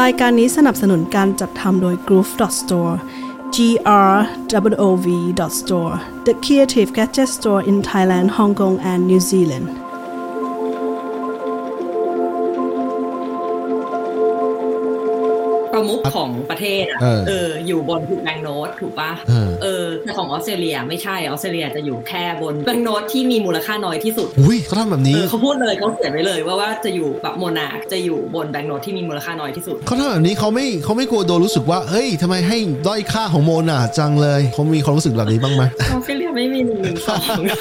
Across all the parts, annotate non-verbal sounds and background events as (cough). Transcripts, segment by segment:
รายการนี้สนับสนุนการจัดทำโดย Groove Store G R W O V Store The Creative Gadget Store in Thailand Hong Kong and New Zealand ประมุขของประเทศอ่ะ เออ เอออยู่บนแบงก์โนตถูกปะ เออ เออแต่ของออสเตรเลียไม่ใช่ออสเตรเลียจะอยู่แค่บนแบงก์โนตที่มีมูลค่าน้อยที่สุด อุ้ยเขาทำแบบ เอ นี้ อเขาพูดเลยเขาเขียนไว้เลยว่าว่าจะอยู่แบบโมนาจะอยู่บนแบงก์โนตที่มีมูลค่าน้อยที่ (laughs) สุด เขาทำแบบนี้เขาไม่เขาไม่กลัวโดนรู้สึกว่าเฮ้ยทำไมให้ด้อยค่าของโมนาจังเลยเขามีความรู้สึกแบบนี้บ้างไหม ออสเตรเลียไม่มีหนึ่งหนึ่งสอง (laughs)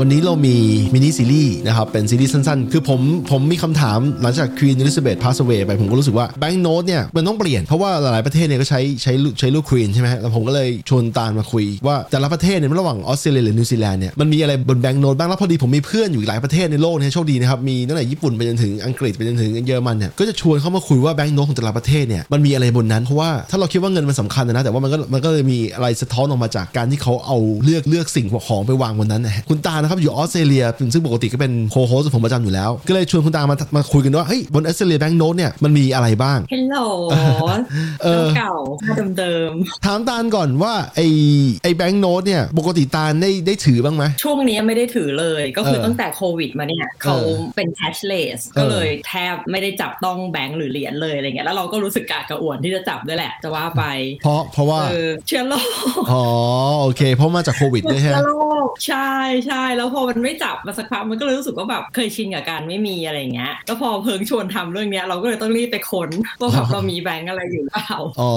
วันนี้เรามีมินิซีรีส์นะครับ เป็นซีรีส์สั้นๆ คือผมผมมีคำถามหลังจากควีน e ลิซาเบธพาสเว y ไป ผมก็รู้สึกว่าแบง k ์โน e เนี่ย มันต้องเปลี่ยน เพราะว่าหลายๆประเทศเนี่ยก็ใช้ใช้ลูกใช้ลูกควีนใช่ไหมฮะแล้วผมก็เลยชวนตาลมาคุยว่าแต่ละประเทศเนี่ยระหว่างออสเตรเลียหรือนิวซีแลนด์เนี่ยมันมีอะไรบนแบง k ์โน e บ้างแล้วพอดีผมมีเพื่อนอยู่อีกหลายประเทศในโลกเนี่ยโชคดีนะครับ มีตั้งแต่ญี่ปุ่นไปจนถึงอังกฤษไปจนถึงเยอรมันเนี่ยก็จะชวนเขามาคุยว่าแบง k ์โน e ของแต่ละประเทศเนี่ยมันมีอะไรบนนั้นเพราะว่าถ้าเราคิดว่าเงินมันสำคัญนะนะแต่ว่ามันก็มันก็เลยมีอะไรสะท้อนออกมาจากการที่เขาเอาเลือกเลือกสิ่งของไปวางบนนั้นนะฮะคุณตานะครับอยู่ออสเตรเลียซึ่งปกติก็เป็นโคโฮสผมประจำอยู่แล้ว ก็เลยชวนคุณตามามาคุยกันว่าเฮ้ยบนออสเตรเลียแบงก์โนตเนี่ยมันมีอะไรบ้าง ฮัลโหล เออ เก่าๆหน้าเดิม ถามตาลก่อนว่าไอไอแบงก์โนตเนี่ยปกติตาลได้ได้ถือบ้างไหม ๆช่วงนี้ไม่ได้ถือเลยก็คือ เออ ตั้งแต่โควิดมาเนี่ยเขาเป็น cashless ก็ เออ เลยแทบไม่ได้จับต้องแบงค์หรือเหรียญเลยอะไรเงี้ยแล้วเราก็รู้สึกกระอักกระอ่วนที่จะจับด้วยแหละ จะว่าไป เพราะเพราะว่า เออเชื้อโรค อ๋อโอเค เพราะมาจากโควิดด้วยฮะ เชื้อโรคใช่ใช่แล้วพอมันไม่จับมาสักพักมันก็เลยรู้สึกว่าแบบเคยชินกับการไม่มีอะไรอย่างเงี้ยแล้วพอเพิงชวนทำเรื่องเนี้ยเราก็เลยต้องรีบไปค้นว่าแบบเรามีแบงก์อะไรอยู่หรือเปล่า อ๋อ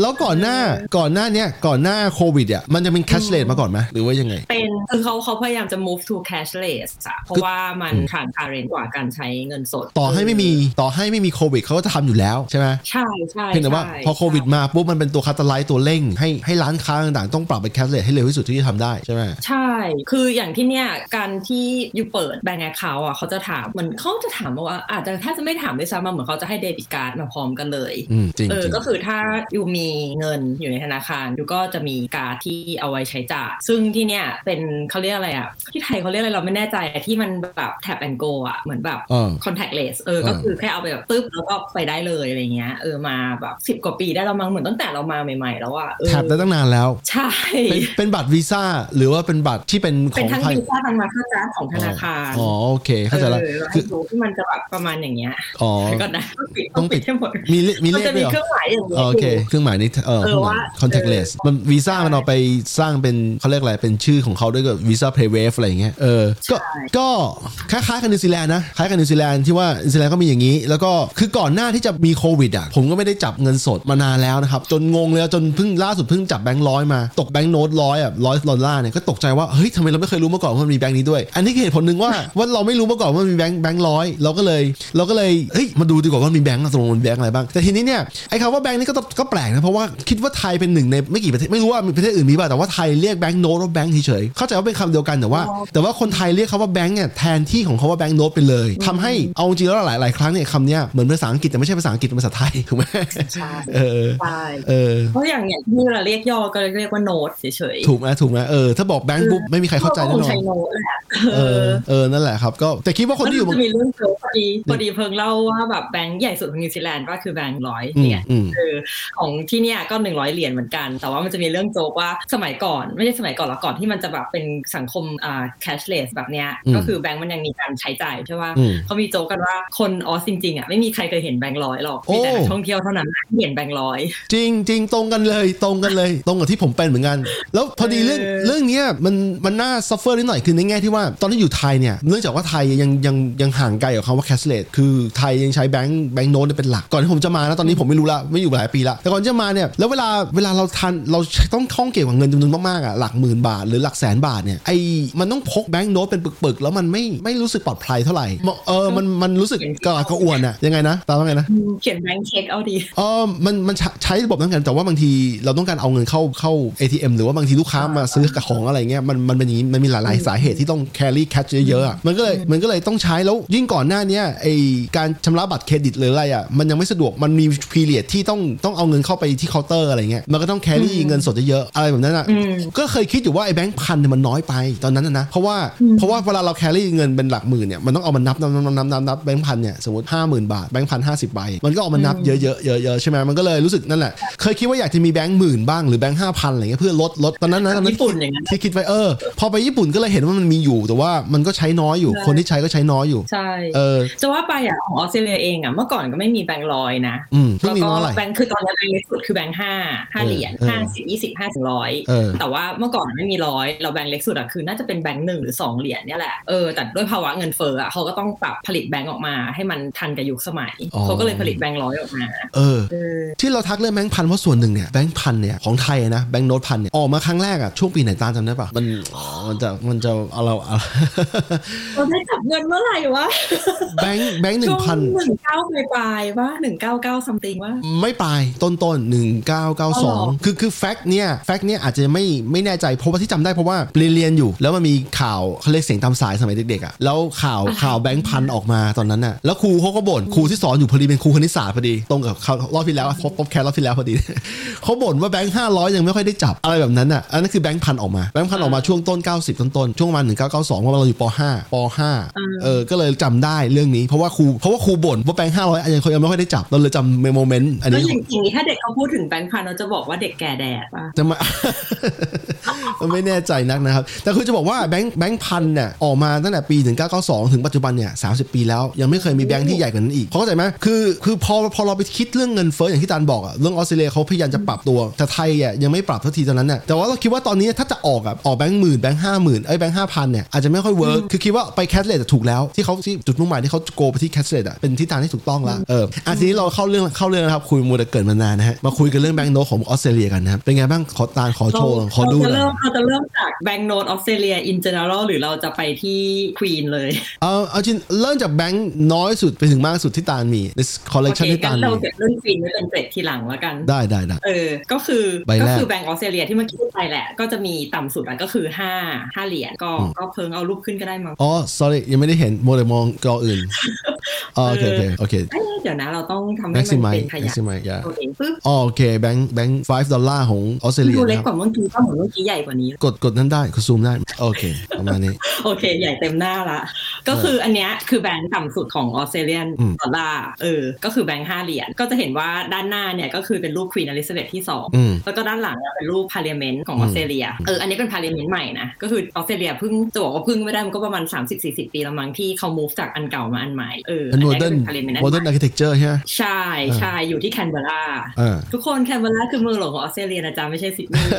แล้วก่อนหน้าก่อนหน้าเนี้ยก่อนหน้าโควิดอ่ะมันจะเป็นแคชเลสมาก่อนไหมหรือว่ายังไง เป็นคือเขาเขาพยายามจะ move to cashless อะเพราะว่ามันทราน p a r e n t กว่าการใช้เงินสด ต่อให้ไม่มีต่อให้ไม่มีโควิดเขาก็จะทำอยู่แล้วใช่ไหม ใช่ใช่ เพียงแต่ว่า ใช่ พอโควิด ใช่ มาปุ๊บมันเป็นตัวคาตาไลต์ตัวเร่ง ให้ให้ร้านค้าต่างๆ ต้องปรับเป็นแคชเลสให้เร็วที่สุดที่จะทำได้ใช่ไหม ใช่ คืออย่างที่เนี่ยการที่อยู่เปิดแบงก์แอคเคาท์อ่ะเขาจะถามเหมันเขาจะถามว่าอาจจะถ้าจะไม่ถามด้วยซ้ำมาเหมือนเขาจะให้เดบิตการ์ดมาพร้อมกันเลย อืม จริง เออ จริง ก็คือถ้าอยู่มีเงินอยู่ในธนาคารอยู่ก็จะมีการดที่เอาไว้ใช้จ่าย ซึ่งที่เนี่ยเป็นเขาเรียกอะไรอ่ะ ที่ไทยเขาเรียกอะไรเราไม่แน่ใจอะที่มันแบบแท็บแอนโกอ่ะ เหมือนแบบ เออ contactless เออ ก็ เออ คือแค่เอาไปแบบปึ๊บแล้วก็ไปได้เลยอะไรเงี้ย เออ มาแบบสิบ10 กว่าปีได้แล้วมั้งเหมือนตั้งแต่เรามาใหม่ ๆ แล้วอ่ะ เออ แท็บได้ตั้งนานแล้ว ใช่ เป็นเป็นบัตรวีซ่าหรือว่าเป็นบัตรที่เป็นข เป็น อง ทั้ง ไทย วีซ่าทั้งมาสเตอร์การ์ดของธนาคาร อ๋อโอเคเข้าใจละ เออแล้ว คื ให้ อ ดูที่มันจะแบบประมาณอย่างเงี้ย อ๋อ เดี๋ยวก่อนนะต้องปิด ต้ ต้ อ อง ง ปิ ปิ ด ดให้หมด มีเลมี มั เล น ข จะ ด้ว มี ยเหรอ เครื่องหมายอย่างเงี้ย โอเค ยู่ เครื่องหมายนี้เออ เออ เครื่องหมาย ว่า contactless มันวีซ่ามันเอาไปสร้างเป็นเขาเรียกอะไรเป็นชื่อของเขาด้วยกับวีซ่าเพลย์เวฟอะไรอย่างเงี้ยเออก็ ใช่ ก็คล้ายๆกับนิวซีแลนด์นะคล้ายกับนิวซีแลนด์ที่ว่านิวซีแลนด์ก็มีอย่างนี้ แล้วก็คือก่อนหน้าที่จะมีโควิดอ่ะผมก็ไม่ได้จับเงินสดมานานแล้วนะครับ จนงงเลยจนเพิ่งล่าสุดเพิ่งจับแบงค์ร้อยมา ตกแบงค์โน้ตร้อยอ่ะร้อยดอลลาร์เนี่ยก็ตกใจว่าเฮ้ยทำไมเราไม่เคยรู้มาก่อนว่ามันมีแบงค์นี้ด้วย อันนี้คือเหตุผลหนึ่งว่า ว่าเราไม่รู้มาก่อนว่ามันมีแบงค์แบงค์ร้อยเราก็เลย เราก็เลยเฮ้ยมาดูดีกว่าว่ามีแบงค์ตรงมันมีแบงค์อะไรบ้างแต่ทีนี้เนี่ยไอ้คำว่าแบงค์นี่ก็ต้องก็แปลกนะเพราะว่าคิดว่าไทยเป็นหนึ่งในไม่กี่ประเทศไม่รู้ว่ามีประเทศอื่นมีป่ะแต่ว่าไทยเรียกแบงค์โน้ตว่าแบงค์เฉยๆเข้าใจว่าเป็นคำเดียวกันแต่ว่า แต่ว่าคนไทยเรียกเขาว่าแบงค์เนี่ยแทนที่ของเขาว่าแบงค์โน้ตไปเลยทำให้เอาจริงแล้วหลายหลายๆครั้งเนี่ยคำเนี้ยเหมือนภาษาอังกฤษแต่ไม่ใช่ภาษาอังกฤษเป็นภาษาไทยถูกไหม ใช่ เออ ใช่ เออ เพราะอย่างเนี่ยที่เราเรียกย่อก็เรียกว่าโน้ตเฉยๆ ถูกไหมถูกไหมเออถ้าบอกแบงค์ปุ๊บไม่มีใครเข้าใจ ก็ แน่ คง นอน ใช้โน้ตแหละ เออเออนั่นแหละครับก็แต่คิดว่าคนที่อยู่ มั เมือง จะมีเรื่องเกิดพอดีพอดีเพิ่งเล่าว่าแบบแบงค์ใหญ่สุดของนิวซีแลนด์ก็คือแบงค์ร้อย อืม เนี่ยญ อืม เออของที่เนี่ยก็หนึ่งร้อยเหรียญเหมือนกัน แต่ว่ามันจะมีเรื่องโจกว่าสมัยก่อนไม่ใช่สมัยก่อนหรอกก่อนที่มันจะแบบเป็นสังคมอ่า cashless แบบเนี้ย อืม ก็คือแบงค์มันยังมีการใช้จ่ายใช่ป่ะ อืม เขามีโจกกันว่าคนออสจริงๆอ่ะไม่มีใครเคยเห็นแบงค์ร้อยหรอก มีแต่ โอ้ นักท่องเที่ยวเท่านั้นที่เห็นแบงค์ร้อย จริงจริงตรงกันเลยตรงกันเลย ตรงกับที่ผมเป็นเหมือนกัน แล้วพอดีเรื่อง เออ เรื่องเนี้ยมันมันน่าซัฟเฟอร์นิดหน่อยคือในแง่ที่ว่าตอนที่อยู่ไทยเนี่ยเนื่องจากว่าไทยยังยังยังห่างไกลกับคำว่าแคชเลสคือไทยยังใช้แบงค์แบงค์โน้ตเป็นหลักก่อนที่ผมจะมานะตอนนี้ผมไม่รู้ละไม่อยู่หลายปีละแต่ก่อนจะมาเนี่ยแล้วเวลาเวลาเราทันเราต้องท่องเกี่ยวกับเงินจำนวนมากๆอ่ะหลักหมื่นบาทหรือหลักแสนบาทเนี่ยไอ้มันต้องพกแบงค์โน้ตเป็นปึกๆ แล้วมันไม่ไม่รู้สึกปลอดภัยเท่าไหร่เออมันมันรู้สึกกระอักกระอ่วนอะยังไงนะตามว่าไงนะ เขียนแบงค์เช็คเอาดี เออมันมันใช้ใช้ระบบนั้นกันแต่ว่าบางทีเราต้องการเอาเงินเข้าเข้า ATM หรือว่าบางทีลูกค้ามาซื้อกับของอะไรเงี้ยมันมันเป็นอย่างนี้มันมีหลายๆสาเหตุที่ต้อง carry cash เยอะๆอะมันก็เลยมันก็เลยต้องใช้แล้วยิ่งก่อนหน้าเนี้ยไอการชำระบัตรเครดิตหรืออะไรอ่ะมันยังไม่สะดวกมันมี period ที่ต้องต้องเอาเงินเข้าไปที่เคาน์เตอร์อะไรเงี้ยมันก็ต้อง carry เงินสดเยอะๆอะไรแบบนั้นอ่ะ อืม ก็เคยคิดอยู่ว่าไอ้แบงค์พันเนี่ยมัน มันน้อยไปตอนนั้นน่ะนะเพราะว่าเพราะว่าเวลาเราแครี่เงินเป็นหลักหมื่นเนี่ยมันต้องเอามานับนับนับนับนับนับแบงค์พันเนี่ยสมมติห้าหมื่นบาทแบงค์พันห้าสิบใบมันก็เอามานับเยอะๆเยอะๆเยอะๆใช่ไหมมันก็เลยรู้สึกนั่นแหละเคยคิดว่าอยากจะมีแบงค์หมื่นบ้างหรือแบงค์ห้าพันอะไรเงี้ยเพื่อลดลดตอนนั้นนะตอนนั้น ญี่ปุ่นอย่างนั้น ที่คิดไว้เออ พอไปญี่ปุ่นก็เลยเห็นว่ามันมีอยู่ แต่ว่ามันก็ใช้น้อยอยู่ คนที่ใช้ก็ใช้น้อยอยู่ ใช่ เออ จะว่าไปอ่ะของออสเตรเลียเองอ่ะเมื่อก่อนก็ไม่มีแบงค์ร้อยนะ อืมเพิ่ง แล้ว มี ก็ มาเมื่อไหร่ แบงค์คือตอนนั้นแบงค์เล็กสุดคือแบงค์ห้าห้า เออ เหรียญ เออ ห้าสิบยี่สิบห้าสิบร้อย เออ แต่ว่าเมื่อก่อนไม่มีร้อยเราแบงค์เล็กสุดอะคือน่าจะเป็นแบงค์หนึ่งหรือ 2 เหรียญเนี่ยแหละเออแต่ด้วยภาวะเงินเฟ้ออะเขาก็ต้องปรับผลิตแบงค์ออกมา ให้มันทันกับยุคสมัย อ๋อ เขาก็เลยผลิตแบงค์ร้อยออกมา เออ เออ ที่เราทักเรื่องแบงค์พันเพราะส่วนหนึ่งเนี่ยแบงค์พันเนี่ยของไทยนะแบงค์โน้ตพันเนี่ยออกมาครั้งแรกอะช่วงปีไหนตาจำได้ปะมันอ๋อมันจะมันจะเอาเราเอา (laughs) เราได้จับเงินเมื่อไหร่วะ แบงค์แบงค์หนึ่งพัน หนึ่งเก้าไปปลายว่าหนึ่งเก้าเก้าซัมติงว่า ไม่ปลายต้นต้นหนึ่งเก้าเก้าสองคือคือแฟกต์เนี่ยแฟกต์เนี่ยอาจจะไม่ไม่แน่ใจเพราะว่าที่จำได้เพราะว่าเรียนเรียนอยู่ แล้วมันมีข่าวเขาเรียกเสียงตามสายสมัยเด็กๆอะแล้วข่าวข่าวแบงค์พันออกมาตอนนั้นน่ะแล้วครูเขาก็บ่นครูที่สอนอยู่พอดีเป็นครูคณิตศาสตร์พอดีตรงกับเขารอบที่แล้วอะพบพบแคสรอบที่แล้วพอดี เขาบ่นว่าแบงค์ห้าร้อยยังไม่ค่อยได้จับอะไรแบบนั้นอ่ะอันนั้นคือแบงค์พันออกมาแบงค์พันออกมาช่วงต้น 90 ต้นต้นๆช่วงประมาณ1992เพราะเราอยู่ปห้าปห้าเออก็เลยจำได้เรื่องนี้เพราะว่าครูเพราะว่าครูบ่นว่าแบงค์ห้าร้อยยังยังไม่ค่อยได้จับเราเลยจำโมเมนต์อัน ก็ นี้ อย่างอย่างนี้ถ้าเด็กเขาพูดถึงแบงค์พันเราจะบอกว่าเด็กแก่แดดป่ะ จะมา (laughs) ไม่แน่ใจนักนะครับ แต่คือจะบอกว่าแบงค์แบงค์พันเนี่ยออกมาตั้งแต่ปี 1992 ถึงปัจจุบันเนี่ย 30 ปีแล้วยังไม่เคยมีแบงค์ที่ใหญ่กว่านั้นอีกเพราะเข้าใจไหมคือคือพอพอเราไปคิดเรื่องเงินเฟ้ออย่างที่ตาลบอกอะเรื่องออสเตรเลียเขาพยายามจะปรับตัว แต่ไทยอะยังไม่ปรับทันทีตอนนั้นเนี่ยแต่ว่าเราคิดว่าตอนนี้ถ้าจะออกอะออกแบงค์หมื่นแบงค์ห้าหมื่นไอ้ยแบงค์ห้าพันเนี่ยอาจจะไม่ค่อยเวิร์กคือคิดว่าไปแคสเลสถูกแล้วที่เขาที่จุดมุ่งหมายที่เขาโกไปที่แคสเลสอะเป็นทิศทางที่ถูกต้องละเอออ่ะทีนี้เราเข้าเรื่องเข้าเรื่องนะครับคุยมูแต่เกิดมานานนะฮะมาคุยกันเรื่องแบงค์โนของออสเตรเลียกันนะครับเป็นไงบ้างขอตาลขอโชว์ขอดูห เราจะ น่อย เริ่มเราจะเริ่มจากแบงก์โนดออสเตรเลียอินเจเนอรัลหรือเราจะไปที่ควีนเลย เอาเอาจริงเริ่มจากแบงค์น้อยสุดไปถึงมากสุดที่ตาลมีในคอลเลกชันที่ตา งั้ ล นเรา มี เก็บเรื่องควีนไว้เป็นเกรดทีหลังแล้วกัน ได้ได้ได้ เออ ก็คือ ใบแรก ก็คือแบงก์ออสเตรเลียที่เมื่อกี้พูดไปแหละ ก็จะมีต่ำสุดอ่ะก็คือ 5 5 เหรียญก็ อืม ก็เพิ่งเอารูปขึ้นก็ได้มั้ง อ๋อ sorry ยังไม่ได้เห็นโมเดลมองกออื่นอ๋อโอเคโอเคโอเค เอ้ยเดี๋ยวนะเราต้องทำให้ แม็กซิ มัน มัย เป็นข แม็ ยะ กซิมัยยา ตัวเองปึ๊บ อ๋อโอเคแบงค์แบงค์5ดอลลาร์ของออสเตรเลีย ดูเล็ นะ ก คกรับว่าเมื่อกี้ก็เหมือนเมื่อกี้ใหญ่กว่านี้ กดกดนั้นได้กดซูมได้ โอเค ประมาณนี้ โอเค ใหญ่เต็มหน้าละ ก็คืออันเนี้ยคือแบงค์ต่ำสุดของออสเตรเลียน อืม ดอลลาร์เออ ก็คือแบงค์ห้าเหรียญ ก็จะเห็นว่าด้านหน้าเนี่ยก็คือเป็นรูปควีนอลิซาเบธที่สอง อืม แล้วก็ด้านหลังเนี่ยเป็นรูปพาร์เลียเมนต์ของ อื ออมสเตรเลีย เออ อันนี้เป็นพาร์เลียเมนต์ใหม่นะ ก็คือออสเตรเลียเพิ่งจะบอกว่าเพิ่งไม่ได้มันก็ประมาณ 30-40 ปีแล้วมั้งที่เขา move จากอันเก่ามาอันใหม่ เออ เป็ อั นโม เนี้ย เดิ ก็ ร์น เป็นพาร์เลียเมนต์อัน โม ให เดิร์นอา ม่ ร์เคเต็กเจอร์ใช่ไหม ใช่ใช่อยู่ที่แคนเบอร์รา อ่า ทุกคนแคนเบอร์ราคือเมืองหลวงของออสเตรเลียนะจ๊ะไม่ใช่ซิดนีย์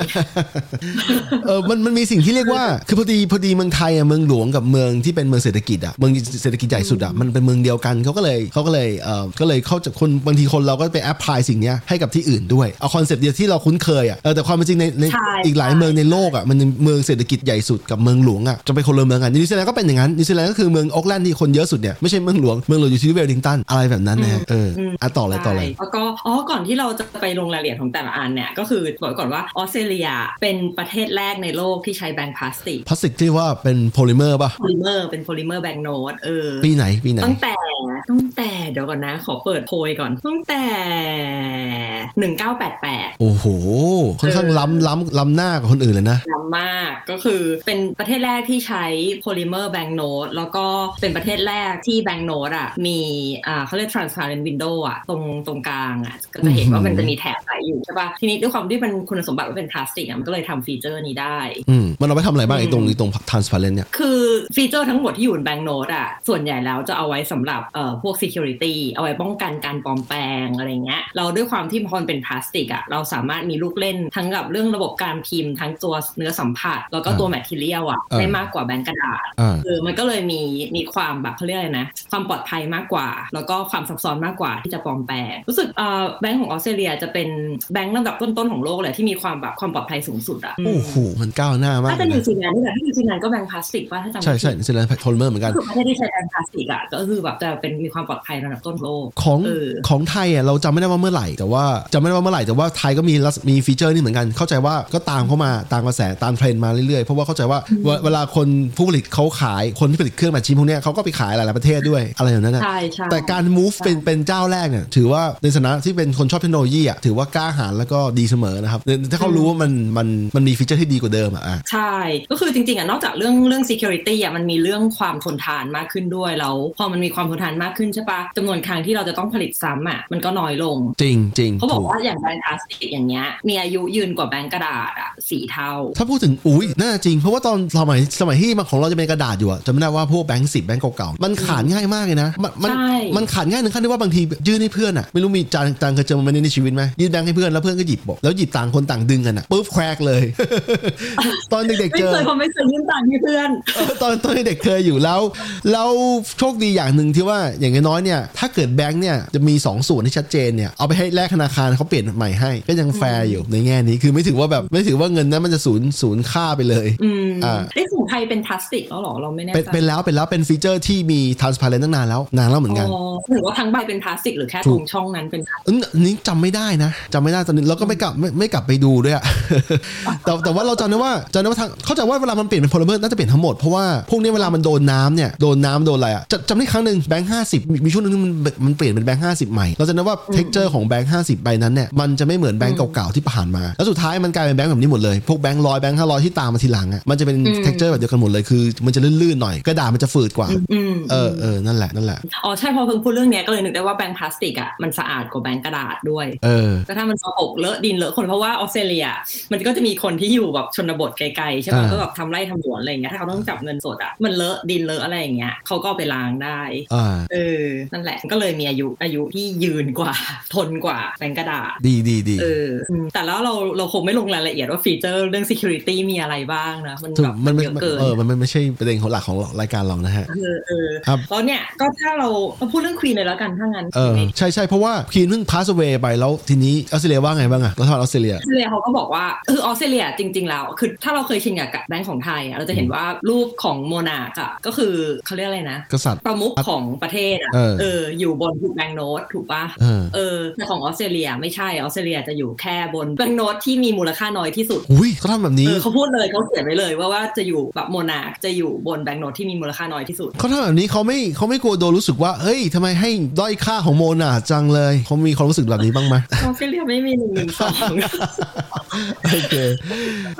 เออมันมันมีสิ่งที่เรียกว่า คือพอดีพอดีเมืองไทยอะเมืองหลวงกับเมืองที่เป็นเมืองเศรษฐกิจอะเมืองเศรษฐกิจใหญ่สุดอะมันเป็นเมืองเดียวกันเขาก็เลยเขาก็เลยเออก็เลยเข้าใจคนบางทีคนเราก็ไปแอพพลายสิ่งเนี้ยให้กับที่อื่นด้วยเอาคอนเซปต์เดียวที่เราคุ้นเคยอะเออแต่ความเป็นจริงในใน ใช่ อีกหลายเมืองในโลกอะมันเมืองเศรษฐกิจใหญ่สุดกับเมืองหลวงอะจะไปคนละเมืองกันนิวซีแลนด์ก็เป็นอย่างนั้นนิวซีแลนด์ก็คือเมืองออกแลนด์ที่คนเยอะสุดเนี่ยไม่ใช่เมืองหลวงเมืองหลวงอยู่ที่เวลลิงตันอะไรแบบนั้นนะฮะเอออ่ะต่อเลยต่อเลย ใช่แล้วก็อ๋อก่อนที่เราจะไปลงรายละเอียดของแต่ละอันเนี่ยก็คือบอกไว้ก่อนว่าออสเตรเลียเป็นประเทศแรกในโลกที่ใช้แบงค์พลาสติก พลาสติกที่ว่าเป็นโพลิเมอร์ป่ะ โพลิเมอร์เป็นโพลิเมอร์แบงค์โนดเออ ปีไหนปีไหน ตั้งแต่ตั้งแต่เดี๋ยวก่อนนะ ขอเปิดโพยก่อน ตั้งแต่ 1988 โอ้โหค่อนข้างล้ำล้ำล้ำหน้ากว่าคนอื่นเลยนะ ล้ำมากก็คือเป็นประเทศแรกที่ใช้โพลิเมอร์แบงค์โนดแล้วก็เป็นประเทศแรกที่แบงค์โนดอ่ะมีอ่าเขาเรียก transparent window อ่ะตรงตรงกลางอ่ะก็จะเห็นว่ามันจะมีแถบอะไรอยู่ใช่ปะทีนี้ด้วยความที่มันคุณสมบัติว่าเป็นพลาสติกอ่ะมันก็เลยทำฟีเจอร์นี้ได้ อืมมันเอาไปทำอะไรบ้างไอ้ตรง อืม ไอ้ตรง transparent เนี่ย คือฟีเจอร์ทั้งหมดที่อยู่ในแบงค์โนดอ่ะส่วนใหญ่แล้วจะเอาไว้สำหรับเอ่อพวก security เอาไว้ป้องกันการปลอมแปลงอะไรเงี้ยเราด้วยความที่มันเป็นพลาสติกอ่ะเราสามารถมีลูกเล่นทั้งกับเรื่องระบบการพิมพ์ ทั้งตัวเนื้อสัมผัส แล้วก็ตัว material อ่ะ เออ ได้มากกว่าแบงค์กระดาษ อ่า คือมันก็เลยมีมีความแบบเขาเรียกอะไรนะ ความปลอดภัยมากกว่า แล้วก็ความซับซ้อนมากกว่าที่จะปลอมแปลงรู้สึกเอ่อแบงก์ของออสเตรเลียจะเป็นแบงก์ลำดับต้นๆของโลกเลยที่มีความแบบความปลอดภัยสูงสุดอะ โอ้โห มันก้าวหน้ามาก ถ้า เล จะ ย นิว นะ ซีแลนด์นี่แหละถ้านิวซีแลนด์ก็แบงก์พลาสติกว่าถ้าจำไม่ ใช่ ผิด ใช่นิวซีแลนด์โพลิเมอร์เหมือนกัน คือประเทศที่ใช้แบงก์พลาสติกอะก็คือแบบจะเป็น เป็นมีความปลอดภัยระดับต้นโลก ของ เออ ของไทยอ่ะเราจำไม่ได้ว่าเมื่อไหร่แต่ว่าจำไม่ได้ว่าเมื่อไหร่แต่ว่าไทยก็มีลักษมีฟีเจอร์นี่เหมือนกันเข้าใจว่าก็ตามเข้ามาตามกระแสตามเทรนด์มาเรื่อยๆเพราะว่าเข้าใจว่าเวเวลาคนผู้ผลิตเขาขายคนที่ผลิตเครื่องแบบชิ้นพวกเนี้ยเขาก็ไปขายหลายๆประเทศด้วยอะไรอย่างนั้นนะ ใช่ใช่ แต่การ move เป็นเป็นเจ้าแรกเนี่ยถือว่าในฐานะที่เป็นคนชอบเทคโนโลยีอ่ะถือว่ากล้าหาญแล้วก็ดีเสมอนะครับถ้าเขารู้ว่ามันมันมันมีฟีเจอร์ที่ดีกว่าเดิมอ่ะอ่ะ ใช่ ก็คือจริงๆอ่ะนอกจากเรื่องเรื่อง security อ่ะมันมีเรื่องความทนทานมากขึ้นด้วยแล้วพอมันมีความทนทานมากขึ้นใช่ปะจำนวนครั้งที่เราจะต้องผลิตซ้ำอ่ะมันก็น้อยลง จริงจริง เขาบอก ถูก ว่าอย่างแบงก์พลาสติกอย่างเงี้ยมีอายุยืนกว่าแบงก์กระดาษอ่ะสี่เท่า ถ้าพูดถึงอุ้ยน่าจริง เพราะว่าตอนสมัยสมัยที่มันของเราจะเป็นกระดาษอยู่อะจำไม่ได้ว่าพวกแบงค์สิบแบงค์เก่าๆ มันขาดง่ายมากเลยนะ มันมัน ใช่ มันขาดง่ายถึงขั้นที่ว่าบางทียื่นให้เพื่อนอะไม่รู้มีจานจานเคยเจอมันไหมในชีวิตไหมยื่นแบงค์ให้เพื่อนแล้วเพื่อนก็หยิบบอกแล้วหยิบต่างคนต่างดึงกันอะปุ๊บแครกเลย (laughs) ตอนเด็กๆ ไม่ เจอ เคยผมไม่เคยยื่นตังค์ให้เพื่อน เออ (laughs) ตอนตอนเด็กเคยอยู่แล้วแล้วโชคดีอย่างหนึ่งที่ว่าอย่างน้อยๆเนี่ยถ้าเกิดแบงค์เนี่ยจะมีสองส่วนที่ชัดเจนเนี่ยเอาไปให้แลกธนาคารเขาเปลี่ยนใหม่ให้ก็ยังแฟร์อยู่ในแง่นี้คือไม่ถือว่าแบบไม่ถือว่าเงินนั้นมันจะสูญสูญค่าไปเลย อืม อ่า ไอ้ของไทยเป็นพลาสติกแล้วเหรอเราไม่แน่ เป็น ใจ เป็นแล้วเป็นแล้วเป็นฟีเจอร์ที่มี transparent ตั้งนานแล้วนานแล้วเหมือนกัน อ๋อหรือว่าทั้งใบเป็นพลาสติกหรือแค่ตถูร ก งช่องนั้นเป็นพลาสติก เอนนี้จำไม่ได้นะจำไม่ได้ตอนนี้แล้วก็ไม่กลับไม่ไม่กลับไปดูด้วยอะ (laughs) แต่แต่ว่าเราจำได้ว่าจำได้ว่าทางเข้าใจว่าเวลามันเปลี่ยนเป็นพลเมืองน่าจะเปลี่ยนทั้งหมดเพราะว่าพวกนี้เวลามันโดนน้ำเนี่ยโดนน้ำโดนอะไรอะจะจำได้ครั้งหนึ่งแบงค์ห้าสิบมีช่วงหนึงที่มันมันเปลี่ยนเป็นแบงค์ห้าสิบใหม่เราจะได้ว่าเท็กเจอร์ของแบงค์ห้าสิบใบนั้นเนี่ยมันจะไม่เหมือนแบงค์เก่าๆที่ผ่านมาแล้วสุดท้ายมันกลายเป็นแบงค์แบบนี้หมดเลยพวกแบงค์ร้อยแบงค์ห้าร้อยที่ตามมาทีหลังอะมันจะเป็น อืม เท็กเจอร์แบบเดียวกันหมดเลยคือมันจะลื่นๆหน่อยกระดาษมันจะฝืดกว่า อืม เออเออนั่นแหละนั่นแหละ อ๋อใช่พอเพิ่งพูดเรื่องเนี้ยก็เลยนึกได้ว่าแบงก์พลาสติกอ่ะมันสะอาดกว่าแบงก์กระดาษด้วย เออ ก็ถ้ามันสกปรกเลอะดินเลอะคนเพราะว่าออสเตรเลีย มันก็จะมีคนที่อยู่แบบชนบทไกลๆใช่ไหม อ่า ก็แบบทำไร่ทำสวนอะไรอย่างเงี้ยถ้าเขาต้องจับเงินสดอ่ะมันเลอะดินเลอะอะไรอย่างเงี้ยเขาก็เอาไปล้างได้ อ่า เออ นั่นแหละก็เลยมีอายุอายุที่ยืนกว่า (laughs) ทนกว่าแบงก์กระดาษ ดีดีดี เอออืมแต่แล้วเราเราคงไม่ลงรายละเอียดว่าฟีเจอร์เรื่อง security มีอะไรบ้างนะ มัน ถู แบ ก บ มั มัน น ไม่ เยอะเกิน เออ มันไม่ไม่ใช่ประเด็นของหลักของรายการเรานะฮะ เออเออ ครับ แล้วเนี่ยก็ถ้าเราเราพูดเรื่องควีนเลยแล้วกันถ้างั้น เออ ใช่ใช่เพราะว่าคีนเพิ่งพาสเวย์ไปแล้วทีนี้ออสเตรเลียว่าไงบ้างอะรัฐบาลออสเตรเลีย ออสเตรเลียเขาก็บอกว่าคือออสเตรเลียจริง ๆ แล้วคือถ้าเราเคยชินกับแบงก์ของไทยอะเราจะเห็นว่ารูปของโมนาคอะก็คือเขาเรียกอะไรนะ กษัตริย์ ประมุขของประเทศอะ เออ เอออยู่บนทุกแบงก์โนตถูกปะ เออ เออแต่ของออสเตรเลียไม่ใช่ออสเตรเลียจะอยู่แค่บนแบงก์โนตที่มีมูลค่าน้อยที่สุด อุ้ยเขาทำแบบนี้ เออเขาพูดเลยเขาเขียนไว้เลยว่าว่าจะอยู่แบบโมนาคจะอยู่บนแบงก์โนตที่มีมูลค่าน้อย (laughs) ที่สุด เขาทำแบบนี้เขาไม่เขาไม่กลัวโดนรู้สึกว่าเฮ้ยทำไมให้ด้อยค่าของโมนาจังเลยเขามีความรู้สึกแบบนี้ (laughs) บ้างไหม ออสเตรเลียไม่มีหนึ่งหนึ่งสอง โอเค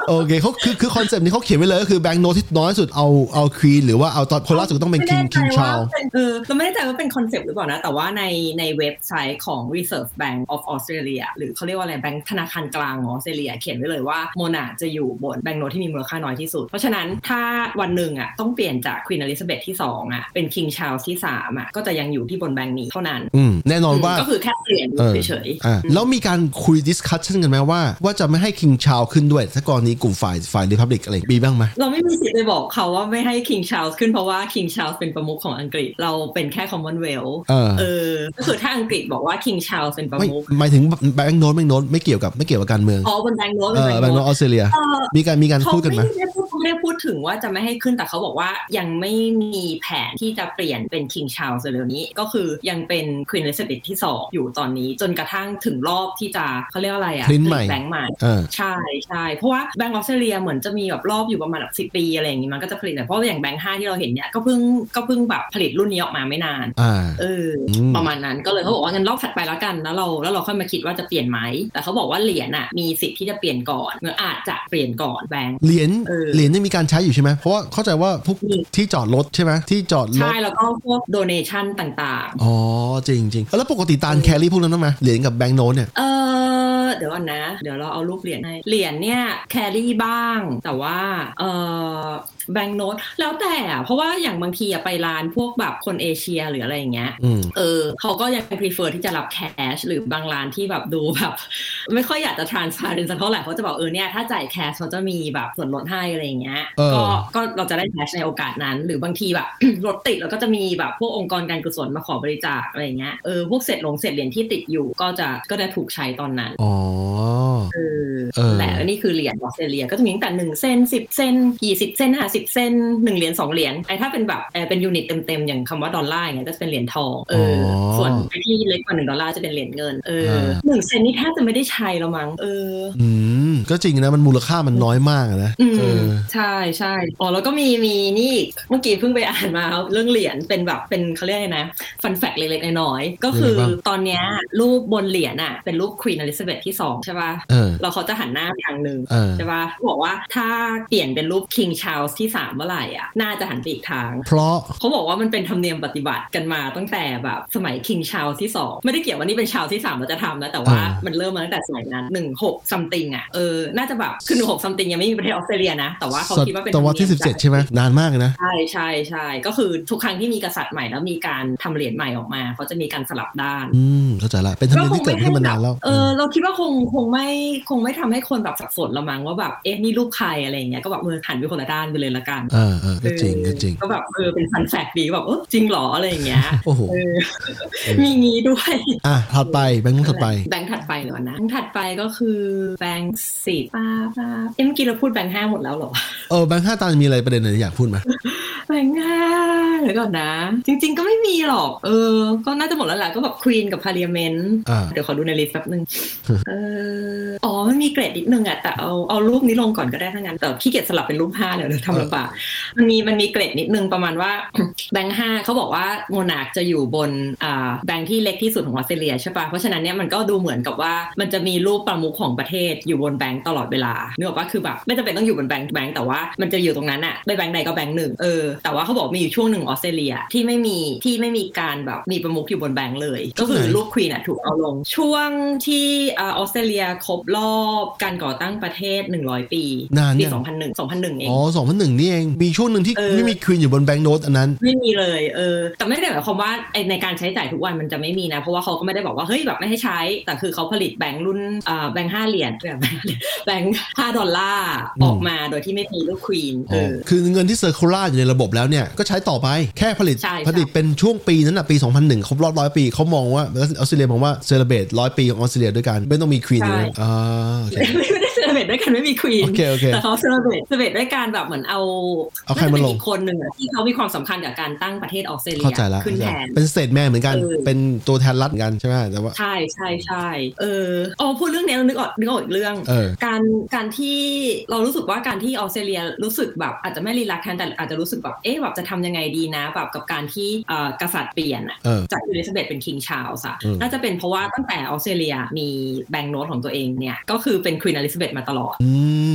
โอเคเขาคือคือคอนเซปต์นี้เขาเขียนไว้เลยก็คือแบงค์โนที่น้อยสุดเอาเอาควีนหรือว่าเอาตอนคนล่าสุดต้องเป็นคิงคิงชา ล ว เออเราไม่แน่ใจว่าเป็นคอนเซปต์หรือเปล่านะ แต่ว่าในในเว็บไซต์ของ Reserve Bank of Australia หรือเขาเรียกว่าอะไรแบงค์ธนาคารกลางของออสเตรเลียเขียนไว้เลยว่าโมนาจะอยู่บนแบงก์โนตที่มีมูลค่าน้อยที่สุด เพราะฉะนั้นถ้าวันหนึ่งอ่ะต้องเปลี่ยนจาก Queen Elizabeth ที่ 2 อ่ะ เป็นคิงชาลที่ 3 อ่ะ ก็จะยังอยู่ที่บนแบงก์นี้เท่านั้น อืมแน่นอนว่า ก็คือแค่เปลี่ยน เออ เฉย อ่ะแล้วมีการคุยดิสคัชชันกันไหมว่า ว่าจะไม่ให้คิงชาวขึ้นด้วย ถ้ากรณีกลุ่มฝ่ายฝ่ายริพับลิกอะไรมีบ้างไหม ๆเราไม่มีสิทธิ์ไปบอกเขาว่าไม่ให้คิงชาลขึ้นเพราะว่าคิงชาลเป็นประมุขของอังกฤษเราเป็นแค่ Commonwealth เออ เออก็คือถ้าอังกฤษบอกว่า King Charles เป็นประ ไม่ มุข หมายถึงแบงค์โน้ตแบงค์โน้ตไม่เกี่ยวกับไม่เกี่ยวกับการเมือง อ๋อบนแบงก์โน้ต เออแบงค์โน้ตออสเตรเลีย เออ มีการมีการ เขา พูดกันไหม ไม่ได้พูดไม่ได้พูดถึงว่าจะไม่ให้ขึ้นแต่เขาบอกว่ายังไม่มีแผนที่จะเปลี่ยนเป็น King Charles เร็วๆนี้ ก็คือยังเป็น Queen Elizabeth ที่ 2 อยู่ตอนนี้ จนกระทั่งถึงรอบที่จะเขาเรียกอะไรอ่ะ คลิ้นใหม่ แบงก์ใหม่ เออ ใช่ใช่เพราะว่าแบงก์ออสเตรเลียเหมือนจะมีแบบรอบอยู่ประมาณแบบสิปีอะไรอย่างงี้มันก็จะผลิตแต่เพราะว่าอย่างแบงก์ห้าที่เราเห็นเนี่ยก็เพิ่งก็เพิ่งแบบผลิตรุ่นนี้ออกมาไม่นาน อ่า เอออ ม ประมาณนั้นก็เลยเขาบอกว่างั้นรอบถัดไปแล้วกันแล้วเราแล้วเราค่อยมาคิดว่าจะเปลี่ยนไหมแต่เขาบอกว่าเหรียญอ่ะมีสิทธิ์ที่จะเปลี่ยนก่อนหรืออาจจะเปลี่ยนก่อนแบงค์ เหรียญ เออ เหรียญยังมีการใช้อยู่ใช่ไหมเพราะว่าเข้าใจว่าพวก มี ที่จอดรถใช่ไหมที่จอดรถ ใช่แล้วก็พวกโดเนชั่นต่าง อ๋อจริงจริงแล้วปกติตาลแครี่พวกนั้นต้องไหมเหรียญกับแบงค์โน้ตเนี่ย ๆเออเดี๋ยวก่อนนะ เดี๋ยวเราเอารูปเหรียญให้เหรียญเนี่ยแครี่บ้าง แต่ว่าเออแบงค์โน้ตแล้วแต่อะเพราะว่าอย่างบางทีอะไปร้านพวกแบบคนเอเชียหรืออะไรอย่างเงี้ย อืม เออเขาก็ยัง prefer ที่จะรับแคชหรือบางร้านที่แบบดูแบบ (laughs) ไม่ค่อยอยากจะ transparent สักเท่าไหร่เขาจะบอกเออเนี่ยถ้าจ่ายแคชเขาจะมีแบบส่วนลดให้อะไรอย่างเงี้ย เออ ก็ก็เราจะได้แคชในโอกาสนั้น หรือบางทีแบบ (coughs) รถติดแล้วก็จะมีแบบพวกองค์กรการกุศลมาขอบริจาคอะไรอย่างเงี้ยเออพวกเศษหลงเศษเหรียญที่ติดอยู่ก็จะก็จะถูกใช้ตอนนั้น อ๋อ เออ เออ แหละนี่คือเหรียญออสเตรเลียก็จะมีตั้งแต่หนึ่งเซนสิบเซนกี่สิบเซนห้า 10 เส้น 1 เหรียญ2เหรียญไอ้ถ้าเป็นแบบเออเป็นยูนิตเต็มๆ อย่างคำว่าดอลลาร์อย่างเงี้ยก็จะเป็นเหรียญทองเอออ อ ส่วนไอ้ที่เล็กกว่า 1 ดอลลาร์จะเป็นเหรียญเงินเอออา หนึ่งเซนนี่แทบจะไม่ได้ใช้แล้วมั้งเออ อืมก็จริงนะมันมูลค่ามันน้อยมากอะนะ อืม เออ ใช่ใช่อ๋อแล้วก็มีมีนี่อีกเมื่อกี้เพิ่งไปอ่านมาเรื่องเหรียญเป็นแบบเป็นเขาเรียกอะไรนะฟันแฟกเล็กๆน้อยๆก็คือ ยังไงบ้าง ตอนเนี้ยรูปบนเหรียญอ่ะเป็นรูปควีนอลิซาเบธที่สองใช่ป่ะ เออ เราเขาจะหันหน้าไปทางหนึ่ง เออ ใช่ป่ะบอกว่าถ้าเปลี่ยนเป็นรูปคิงชาร์ลส์ที่สามเมื่อไหร่อ่ะน่าจะหันไปอีกทาง เพราะ เขาบอกว่ามันเป็นธรรมเนียมปฏิบัติกันมาตั้งแต่แบบสมัยคิงชาวที่ 2 ไม่ได้เกี่ยวว่านี่เป็นชาวที่3เราจะทำนะ แต่ว่า อ่ามั มันเริ่มมาตั้งแต่สมัยนั้น 16 something อ่ะเออน่าจะแบบคือ16 something ยังไม่มีประเทศออสเตรเลียนะ แต่ว่าเขาคิดว่าเป็น ศตวรรษที่ ธรรมเนียม 17 ใช่ไหมนานมากเลยนะ ใช่ใช่ใช่ก็คือทุกครั้งที่มีกษัตริย์ใหม่แล้วมีการทำเหรียญใหม่ออกมาเขาจะมีการสลับด้าน อืมเข้าใจละเป็นธรรมเนียมที่เกิดขึ้นมานานแล้ว เออเราคิดว่าคงคงไม่คงไม่ทำให้คนแบบสับสนละมั้งว่าแบบเอ๊ะนี่รูปใครอะไรอย่างเงี้ยก็แบบเออหันไปคนละด้านไปเลยละกัน เออเออก็จริงก็จริง เออก็แบบเออเป็นฟันแฟกดีก็แบบเออจริงเหรออะไรอย่างเงี้ย โอ้โห เออ เออ มีงี้ด้วย อ่ะถัดไปแบงค์ถัดไป แบงค์ถัดไปเหรอนะแบงค์ถัดไปก็คือแบงค์สิบป้าป้าเอ็มอกี้เราพูดแบงค์ห้าหมดแล้วเหรอ เออแบงค์ห้าตามีอะไรประเด็นไหนอยากพูดไหม แบงค์ห้าเดี๋ยวก่อนนะ จริง ๆ ก็ไม่มีหรอก เออ ก็น่าจะหมดแล้วแหละก็แบบควีนกับพาเลียเมนต์ อ่า เดี๋ยวขอดูในลิสต์แป๊บนึง เอออ๋อมันมีเกรดนิดนึงอะแต่เอาเอารูปนี้ลงก่อนก็ได้ถ้างั้นแต่ขี้เกียจสลับเป็นรูปห้าเดี๋ยวเดี๋ยวทำลำบากมันมีมันมีเกรดนิดนึงประมาณว่า แบงค์ห้าเขาบอกว่าโมนาคจะอยู่บนอ่าแบงค์ที่เล็กที่สุดของออสเตรเลียใช่ปะเพราะฉะนั้นเนี่ยมันก็ดูเหมือนกับว่ามันจะมีรูปประมุขของประเทศอยู่บนแบงค์ตลอดเวลาเนกออกปะคือแบบไม่จำเป็นต้องอยู่บนแบงค์แบงค์แต่ว่ามันจะอยู่ตรงนั้นอะไม่แบงค์ใดก็แบงค์หนึ่งเออแต่ว่าเขาบอกมีอยู่ช่วงหนึ่งของออสเตรเลียที่ไม่มีที่ไม่มีการแบบมีประมุขอยู่บนแบงค์เลย ก็คือ ช่วงไหน รูป ควีนอ่ะถูกเอาลงช่วงที่อาออสเตรเลียครบรอบการก่อตั้งประเทศ 100 ปี นาน ปี ยัง 2001 2001 เอง อ๋อสองพันหนึ่งนี่เอง มีช่วงหนึ่งที่ เออ ไม่มีควีนอยู่บนแบงค์โนตอันนั้น ไม่มีเลยเออแต่ไม่ได้หมายความว่าไอ้ในการใช้จ่ายทุกวันมันจะไม่มีนะ เพราะว่าเขาก็ไม่ได้บอกว่าเฮ้ยแบบไม่ให้ใช้ แต่คือเขาผลิตแบงค์รุ่นอ่าแบงค์ห้าเหรียญ (laughs) แบบแบงค์ห้าเหรียญแบงค์ห้าดอลลาร์ออกมาโดยที่ไม่มีลูกควีนเอ อ๋อ อ คือเงินที่เซอร์คูล่าอยู่ในระบบแล้วเนี่ย ก็ใช้ต่อไป แค่ผลิต ใช่ ผลิตเป็นช่วงปีนั้นอ่ะ ปี 2001 ครบรอบร้อยปี เขามองว่าออสเตรเลียมองว่าเซเลเบตร้อยปีของออสเตรเลียด้วยกัน ไม่ต้องมีควีนอยู่ ใช่ นะอ่าโอเค ไม่ได้เซอร์เบตด้วยกันไม่มีควีน โอเคโอเค แต่เขาเซอร์เบตเซอร์เบตด้วยการแบบเหมือนเอา เอาใครมาลน่จะป็นอีงกคนหนึ่งอะที่เขามีความสำคัญกับการตั้งประเทศออสเตรเลี เข้าย ใจละ ขึ้นแทน เป็นสเตทแมนเหมือนกัน เออ เป็นตัวแทนรัฐเหมือนกันใช่ไหมแต่ว่า ใช่ใช่ใช่เอออ๋อพูดเรื่องนี้เรานึกออกนึกออกอีกเรื่อง เออ การการที่เรารู้สึกว่าการที่ออสเตรเลียรู้สึกแบบอาจจะไม่รีแลกซ์แทนแต่อาจจะรู้สึกแบบเอ๊ะแบบจะทำยังไงดีนะแบบกับการที่เอ่อกษัตริย์เปลี่ยนอะ เออ จากอลิซาเบธเป็นคิงชาร์ลส์อะ อืม น่าจะเป็นเพราะว่าตั้งแต่ออสเตรเลียมีแบงก์โนตของตัวเองเนี่ยก็คือเป็นควีนอลิซาเบธมาตลอด อื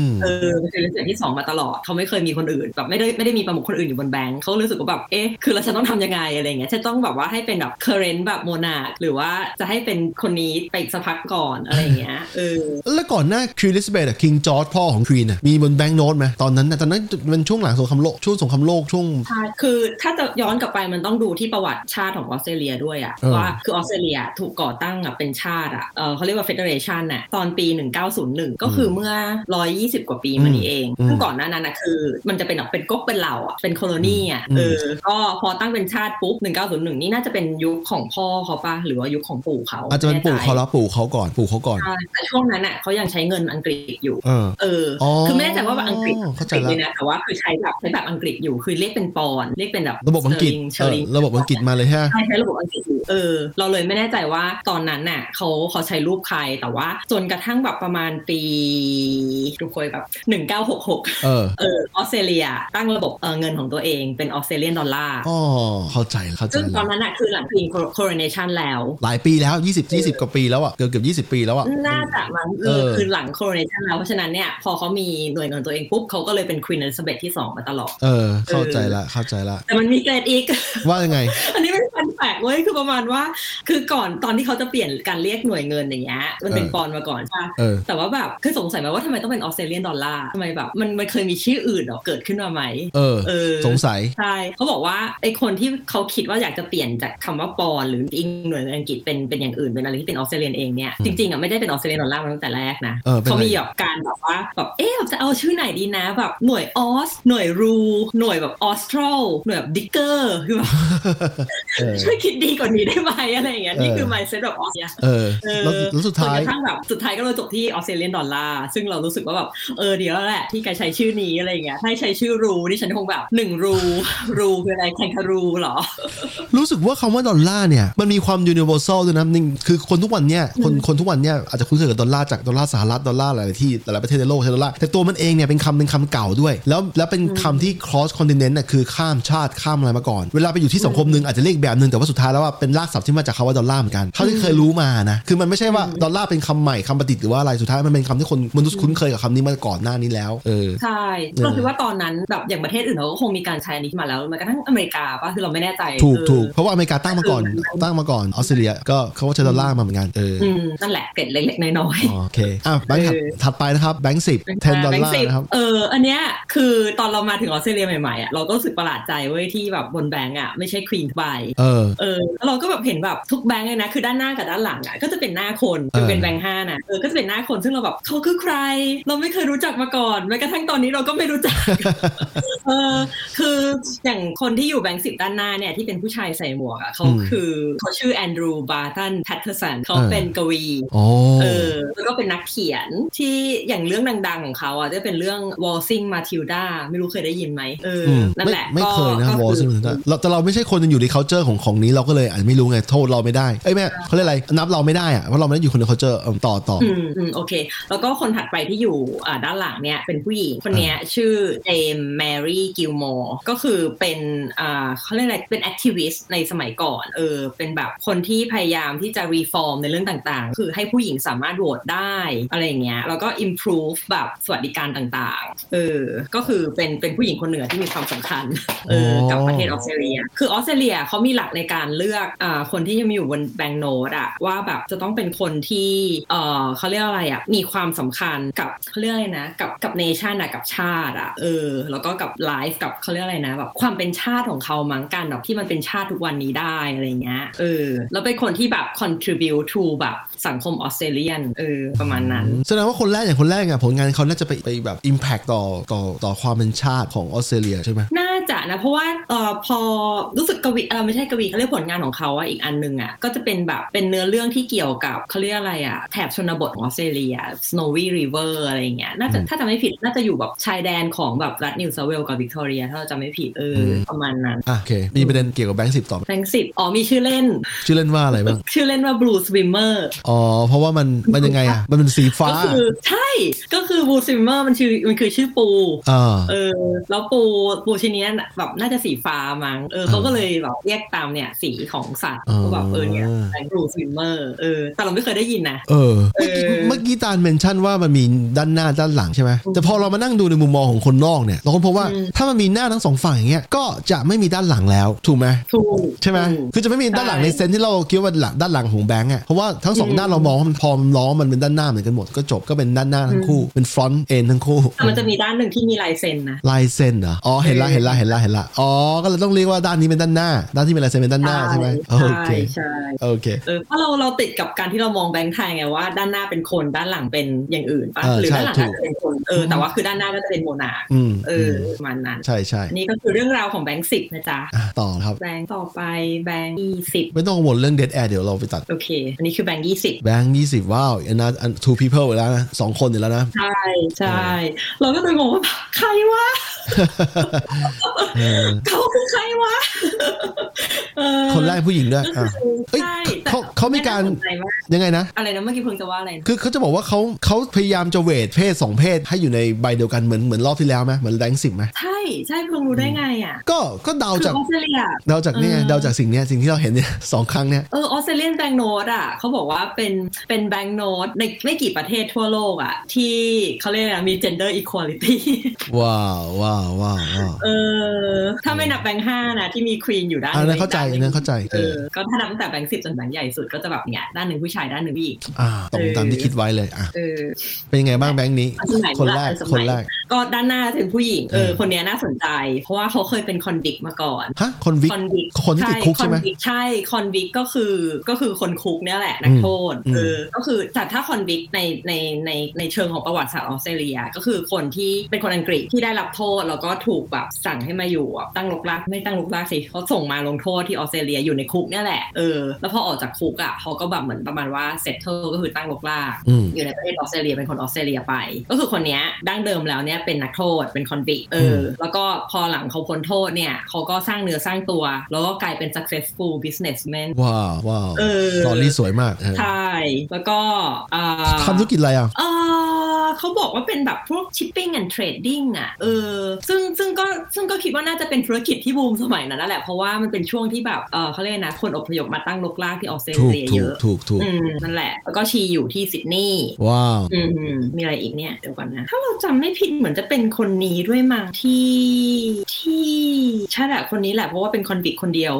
ม เออเป็นเสียงที่สองมาตลอดเขาไม่เคยมีคนอื่นแบบไม่ได้ไม่ได้มีประมุขคนอื่นอยู่บนแบงค์เขารู้สึกว่าแบบเอ๊ะคือแล้วฉันต้องทำยังไงอะไรเงี้ยฉันต้องแบบว่าให้เป็นแบบ current แบบโมนาหรือว่าจะให้เป็นคนนี้ไปอีกสักพักก่อนอะไรเงี้ยเออ แล้วก่อนหน้าควีนลิซเบธอะคิงจอร์ดพ่อของควีนอะมีบนแบงก์โน้ตไหมตอนนั้นนะตอนนั้นมันช่วงหลังสงครามโลกช่วงสงครามโลกช่วง ใช่คือถ้าจะย้อนกลับไปมันต้องดูที่ประวัติชาติของออสเตรเลียด้วยอะ เออ ว่าคือออสเตรเลียถูกก่อตั้งอะเป็นชาติอะเออเขาเรียกว่า federation น่ะตอนปี 1901 ก็คือเมื่อ 120 กว่าปีมานี้เองซึ่งก่อนหน้านั้นนะคือ มันจะเป็นแบบเป็นก๊กเป็นเหล่าอะเป็น colony อะเออ ก็พอตั้งเป็นชาติปุ๊บ 1901 นี่น่าจะเป็นยุคของพ่อเขาปะหรือว่ายุคของปู่เขา อาจจะเป็น ไม่ ปู่ แใจ เขาแล้วปู่เขาก่อนปู่เขาก่อน ใช่แต่ช่วงนั้นอ่ะเขายังใช้เงินอังกฤษอยู่ เออ เอออ อ คือไม่แน่ใจว่าแบบอังกฤษ เข้าใจ อังกฤษ ละ เลยนะแต่ว่าคือใช้แบบใช้แบบอังกฤษอยู่คือเรียกเป็นปอนด์เรียกเป็นแบบ ระบบอังกฤษ เช เอ อ อ ริง ระบบอังกฤษมาเลยฮะ ใช่ใช้ระบบอังกฤษอยู่เออ เราเลยไม่แน่ใจว่าตอนนั้นน่ะเขาเขาใช้รูปใครแต่ว่าจนกระทั่งแบบประมาณปีทุกคนแบบหนึ่งเก้าหกหก เออ เออออสเตรเลียตั้งระบบเออเงินของตัวเองเป็นออสเตรเลียนดอลลาร์ อ๋อเข้าใจเข้าใจ ซึ่งต แล้ อ วน นั้นน่ะคือหลังพิงโค o รเนชันแล้ว หลายปีแล้ว 20 20 กว่าปีแล้วอ่ะเกือบเกือบ20 ปีแล้วอ่ะ น่าจะมั้งเออ เออ คือหลังโค o รเนชันแล้วเพราะฉะนั้นเนี่ยพอเขามีหน่วยเงินตัวเองปุ๊บเขาก็เลยเป็นควีนอลิซาเบธที่สองมาตลอด เออ เข้าใจละเข้าใจละ แต่มันมีเกรดอีก (laughs) ว่ายังไง อันนี้เป็นฟันแปลกเว้ย คือประมาณว่า คือก่อนตอนที่เขาจะเปลี่ยนการเรียกหน่วยเงินอย่างเงี้ย มันเป็น เออ ปอนด์มาก่อนใช่ปะ เออ แต่ว่าแบบคือสงสัยไหมว่าทำไมต้องเป็นออสเตรเลียนดอลลาร์ทำไมแบบ มันมันเคยมีชื่ออื่นเหรอเกิดขึ้นมาไหม เออ เออ สงสัย ใช่ เขาบอกว่าไอคนที่เขาคิดว่าอยากจะเปลี่ยนจากคำว่าปอนด์หรืออิงหน่วยเงินอังกฤษเป็นเป็นอย่างอื่นเป็นอะไรที่เป็นออสเตรเลียนเองเนี่ย อืม จริงๆอ่ะไม่ได้เป็นออสเตรเลียนดอลลาร์มาตั้งแต่แรกนะ เออเป็นอะไร มีแบบการแบบว่าแบบเอ๊ะแบบจะเอาชื่อไหนดีนะแบบหน่วยออสหน่วยรูหน่วยแบบออสตรหน่วยแบบดิกเกอร์คือแบบ เอ อ ช่วยคิดดีกว่านี้ได้ไหมอะไรอย่างเงี้ยนี่คือ เออ mindset แบบออสเตรีย เออแล้วแล้วสุดท้าย จนกระทั่งแบบสุดท้ายก็เลยจบที่ออสเตรเลียนดอลลาร์ซึ่งเรารู้สึกว่าแบบเออเดี๋ยวแหละที่แกใช้ชื่อนี้อะไรอย่างเงี้ยถ้าใช้ชื่อรูนี่ฉันคงแบบหนึ่งรู (laughs) รูคืออะไรแคนคารูเหรอ รู้สึกว่าคำว่าดอลลาร์เนี่ยมันมีความ universal ด้วยนะนี่คือคนทุกวันเนี่ยคนคนทุกวันเนี่ยอาจจะคุ้นเคยกับดอลลาร์จากดอลลาร์สหรัฐดอลลาร์หลายๆที่หลายๆประเทศในโลกใช้ดอลลาร์แต่ตัวมันเองเนี่ยเป็นคำเป็นคำเก่าด้วย แล้วแล้วเป็นคำที่ cross continent น่ะคือข้ามชาติข้ามอะไรมาก่อน เวลาไปอยู่ที่สังคมหนึ่งอาจจะเรียกแบบหนึ่งแต่ว่าสุดท้ายแล้วว่าเป็นรากศัพท์ที่มาจากคำว่าดอลลาร์เหมือนกันเท่าที่เคยรู้มานะคือมันไม่ใช่ว่าดอลลาร์เป็นคำใหม่คำประดิษฐ์หรือว่าอะไรสุดท้ายมันเป็นคำที่คนมนุษย์คุ้นเคยกับคำนี้มาก่อนหน้านี้แล้วเออ ใช่ เออ เราคิดว่าตอนนั้นแบบอย่างประเทศอื่นเขาก็คงมีการใช้อันนี้มาแล้วแม้กระทั่งอเมริกาป่ะคือเราไม่แน่ใจ ถูก เออ ถูกเพราะว่าอเมริกาตั้งมาก่อนตั้งมาก่อนออสเตรเลียก็เขาก็ใช้ดอลลาร์มาเหมือนกันเออ อืมนั่นแหละเกร็ดเล็กๆ น้อยๆ โอเค อ่ะแบงค์ถัด เออ ถัดไปนะครับ แบงค์สิบเทนดอลลา แบง ร์ สิ นะครับ เออ อันเนี้ยคือตอนเรามาถึงออสเตรเลียใหม่ๆอ่ะเราก็รู้สึกประหลาดใจเว้ยที่แบบบนแบงก์อ่ะไม่ใช่ควีนใบ เออ เออแล้วเราก็แบบเห็นแบบทุกแบงก์เลยนะคือด้านหน้ากับด้านหลังอ่ะก็จะเป็นหน้าคน เออ จะเป็นแบงก์ห้านะเออก็จะเป็นหน้าคนซึ่งเราแบบเขาคือใคร เราไม่เคยรู้จักมาก่อนแม้กระทั่งตอนนี้เราก็ไม่รู้จัก (laughs) เออคืออย่างคนที่อยู่แบงก์สิบด้านหน้าเนี่ยที่เป็นผู้ชายใส่หมวกอ่ะเขา อืม คือเขาชื่อแอนดรูว์บาร์ตันแพทเทอร์สันเขา เออ เป็นกวี โอ้ เออแล้วก็เป็นนักเขียนที่อย่างเรื่องดัง ๆ ของเขาอ่ะจะเป็นเรื่อง Waltzing Matilda ไม่รู้เคยได้ยินไหมเออ ม นั่นแหละ ไม่ไม่ ก็ เคยนะ ก็ วอลซึ่ง คือ เราแต่เราไม่ใช่คนอยู่ใน culture ของของนี้เราก็เลยอาจไม่รู้ไงโทษเราไม่ได้เอ้ยแม่เขาเรียกอะไรนับเราไม่ได้อะเพราะเราไม่ได้อยู่คนใน culture เออต่อต่ออ อืมอืมโอเค แล้วก็คนถัดไปที่อยู่อ่าด้านหลังเนี่ยเป็นผู้หญิงคนเนี้ยชื่อเจมแมรี่กิลมอร์ก็คือเป็นอ่าเขาเรียกอะไรเป็นแอคทิวิสต์ในสมัยก่อนเออเป็นแบบคนที่พยายามที่จะรีฟอร์มในเรื่องต่างๆ คือให้ผู้หญิงสามารถโหวตได้อะไรอย่างเงี้ยแล้วก็ improve แบบสวัสดิการต่างๆเออก็คือเป็นเป็นผู้หญิงคนเหนือที่มีความสำคัญ เออกับประเทศออสเตรเลีย คือออสเตรเลียเขามีหลักในการเลือกอาคนที่จะมาอยู่บนแบงก์โนดอะว่าแบบจะต้องเป็นคนที่เออเขาเรียกอะไรอะมีความสำคัญกับเขาเรียกอะไรนะ กับกับเนชั่นอะกับชาติอะเออ แล้วก็กับไลฟ์กับเขาเรียกอะไรนะแบบความเป็นชาติของเขามั้งการแบบที่มันเป็นชาติทุกวันนี้ได้อะไรเงี้ยเออแล้วเป็นคนที่แบบ contribute to แบบสังคมออสเตรเลียนเออประมาณนั้น แสดงว่าคนแรกอย่างคนแรกอะผลงานเขาน่าจะไปไปแบบ impact ต่อต่อต่อความเป็นชาติของออสเตรเลียใช่ไหม น่าจะนะเพราะว่าเออพอรู้สึกกวีเออไม่ใช่กวีเขาเรียกผลงานของเขาอะอีกอันหนึงอะก็จะเป็นแบบเป็นเนื้อเรื่องที่เกี่ยวกับเขาเรียกอะไรอะแถบชนบทของออสเตรเลีย Snowy River อะไรอย่างเงี้ยน่าจะ อืม ถ้าจำไม่ผิดน่าจะอยู่แบบชายแดนของแบบรัฐนิวเซาเวลกับวิกตอเรียถ้าเราจำไม่ผิดเอออ ม ประมาณนั้น อ่ะโอเค มีประเด็นเกี่ยวกับแบงค์สิบต่อไหม แบงสิบอ๋อมีชื่อเล่น ชื่อเล่นว่าอะไรบ้าง ชื่อเล่นว่า Blue Swimmer อ๋อ เพราะว่ามันมันยังไงอะมันเป็นสีฟ้า ก็คือใช่ก็คือ Blue Swimmer มันชื่อมันคือชื่อปู อ่า เออแล้วปูปูชนิดนั้นน่ะแบบน่าจะสีฟ้ามั้งเออเขาก็เลยแบบเรียกตามเนี่ยสีของสัตว์ อ๋อ ก็แบบเออเนี่ยแบงรูซิมเมอร์เออแต่เราไม่เคยได้ยินนะ เออเออเมื่อกี้เมื่อกี้ตาลเมนชั่นว่ามันมีด้านหน้าด้านหลังใช่ไหมแต่พอเรามานั่งดูในมุมมองของคนนอกเนี่ยเราก็พบว่าถ้ามันมีหน้าทั้งสองฝั่งอย่างเงี้ยก็จะไม่มีด้านหลังแล้วถูกไหม ถูก ใช่ไหมคือจะไม่มีด้านหลัง ใช่ ในเซนส์ที่เราคิดว่าหลังด้านหลังของแบงค์อ่ะเพราะว่าทั้งสองด้านเรามองว่ามันพอมนล้อมันเป็นด้านหน้าเหมือนกันหมดก็จบก็เป็นด้านหน้าทั้งคู่เป็นฟรอนต์เอ็นทั้งคู่ แต่มันจะมีด้านหนึ่งที่มีลายเซ็นนะ ลายเส้นเหรออ๋อเห็นละเห็นละเห็นละเห็นละอ๋อก็เลยต้องเรียกว่าด้านนี้เป็นด้านหน้า ด้านที่เป็นลายเส้นเป็นด้านหน้าใช่ไหมโอ ใช่ เค ใช่ โอเค เออเพราะเราเราติดกับการที่เรามองแบงค์ไทยไงว่าด้านหน้าเป็นคนด้านหลังเป็นอย่างอื่นปะ เออ หรือ ใช่ ด้านหลัง ถูก อาจจะเป็นคนเออแต่ว่าคือด้านหน้าก็จะเป็นโมนา อืม เออประมาณนั้น ใช่ใช่ นี่ก็คือเรื่องราวของแบงค์สิบนะจ๊ะ อ่ะต่อครับ แบงค์ต่อไปแบงค์ยี่สิบ ไม่ต้องกังวลเรื่องเดดแอร์เดี๋ยวเราไปตัด โอเค อันนี้คือแบงค์ยี่สิบ แบงค์ยี่สิบว้าวอันนั้นอัน two people อีกแล้วนะสองคนอีกแล้วนะ ใช่ใช่เราก็เลยงงว่าใครวะ เออ เขาคือใครวะเออ คนแรกผู้หญิง (laughs) ด้วย ก็ อ่ะ คือ เอ้ย ใช่แต่ เขาเขามีการ น่สนใจมาก ยังไงนะ อะไรนะเมื่อกี้เพิ่งจะว่าอะไรนะ คือเขาจะบอกว่าเขาเขาพยายามจะเวทเพศสองเพศให้อยู่ในใบเดียวกันเหมือนเหมือนรอบที่แล้วไหมเหมือนแบงค์สิบไหม ใช่ใช่เพิ่งรู้ได้ไงอ่ะ ก็ก็เดา คือ จาก ออสเตรเลีย เดาจากเนี่ย เออ เดาจากสิ่งเนี้ยสิ่งที่เราเห็นเนี่ย สองครั้งเนี่ย เออออสเตรเลียนแบงโนดอ่ะเขาบอกว่าเป็นเป็นแบงโนดในไม่กี่ประเทศทั่วโลกอ่ะ ที่เขาเรียกอะไรนะมี gender equality ว้าวว้าวว้าวว้าว เออถ้าไม่นับแบงค์ห้านะที่มีควีนอยู่ด้าน อันนั้นเข้าใจ ด้ห อันนั้นเข้าใจ เอ เออ อก็ถ้านับตั้งแต่แบงค์สิบจนแบงค์ใหญ่สุดก็จะแบบเนี้ยด้านหนึ่งผู้ชายด้านหนึ่งผู้หญิง อ่าตรงตามที่คิดไว้เลยอ่ะ เออ เป็นยังไงบ้างแบงค์นี้ สมัย คนแรก สมัย คนแรก ก็ด้านหน้าจะเป็นผู้หญิง เออ เออ คนเนี้ยน่าสนใจ เพราะว่าเขาเคยเป็นคอนวิกมาก่อน ฮะคนวิก คอนวิก คนที่ติดคุกใช่ไหม คอนวิกใช่ คอนวิกก็คือก็คือคนคุกเนี่ยแหละนักโทษ อืม เออ ก็คือแต่ถ้าคอนวิกในในในในเชิงของประวัติศาสตร์ออสเตรเลีย ก็คือคนที่เป็นคนอังกฤษที่ได้รับโทษ แล้วก็ถูกแบบสั่งให้มาอยู่แบบตั้งลกลากไม่ตั้งลกลากสิเขาส่งมาลงโทษที่ ออสเตรเลียอยู่ในคุกเนี่ยแหละเออแล้วพอออกจากคุกอ่ะเขาก็แบบเหมือนประมาณว่าเซตเทิลก็คือตั้งรกราก อืม อยู่ในประเทศออสเตรเลียเป็นคนออสเตรเลียไป ก็คือคนเนี้ยดั้งเดิมแล้วเนี่ยเป็นนักโทษเป็นคอนวิกเออ แล้วก็พอหลังเขาพ้นโทษเนี่ยเขาก็สร้างเนื้อสร้างตัว แล้วก็กลายเป็น successful businessman ว้าวว้าว เออ ตอนนี้สวยมากเออ ใช่ แล้วก็เอ่อ ทำธุรกิจอะไรอ่ะ เออเขาบอกว่าเป็นแบบพวก shipping and trading อ่ะเออซึ่งซึ่งก็ซึ่งก็คิดว่าน่าจะเป็นธุรกิจที่บูมสมัยนั้นนั่นแหละ เพราะว่ามันเป็นช่วงที่แบบเออเขาเรียกนะคนอพยพมาตั้งรกรากที่ออสเตร ถูก เลีย ถู เย ก อะ ถูกถูก อืมนั่นแหละ แล้วก็ชีอยู่ที่ซิดนีย์ ว้าว อืมอืมมีอะไรอีกเนี่ยเดี๋ยวก่อนนะ ถ้าเราจำไม่ผิดเหมือนจะเป็นคนนี้ด้วยมั้งที่ที่ใช่แหละคนนี้แหละเพราะว่าเป็นคอนวิกคนเดียว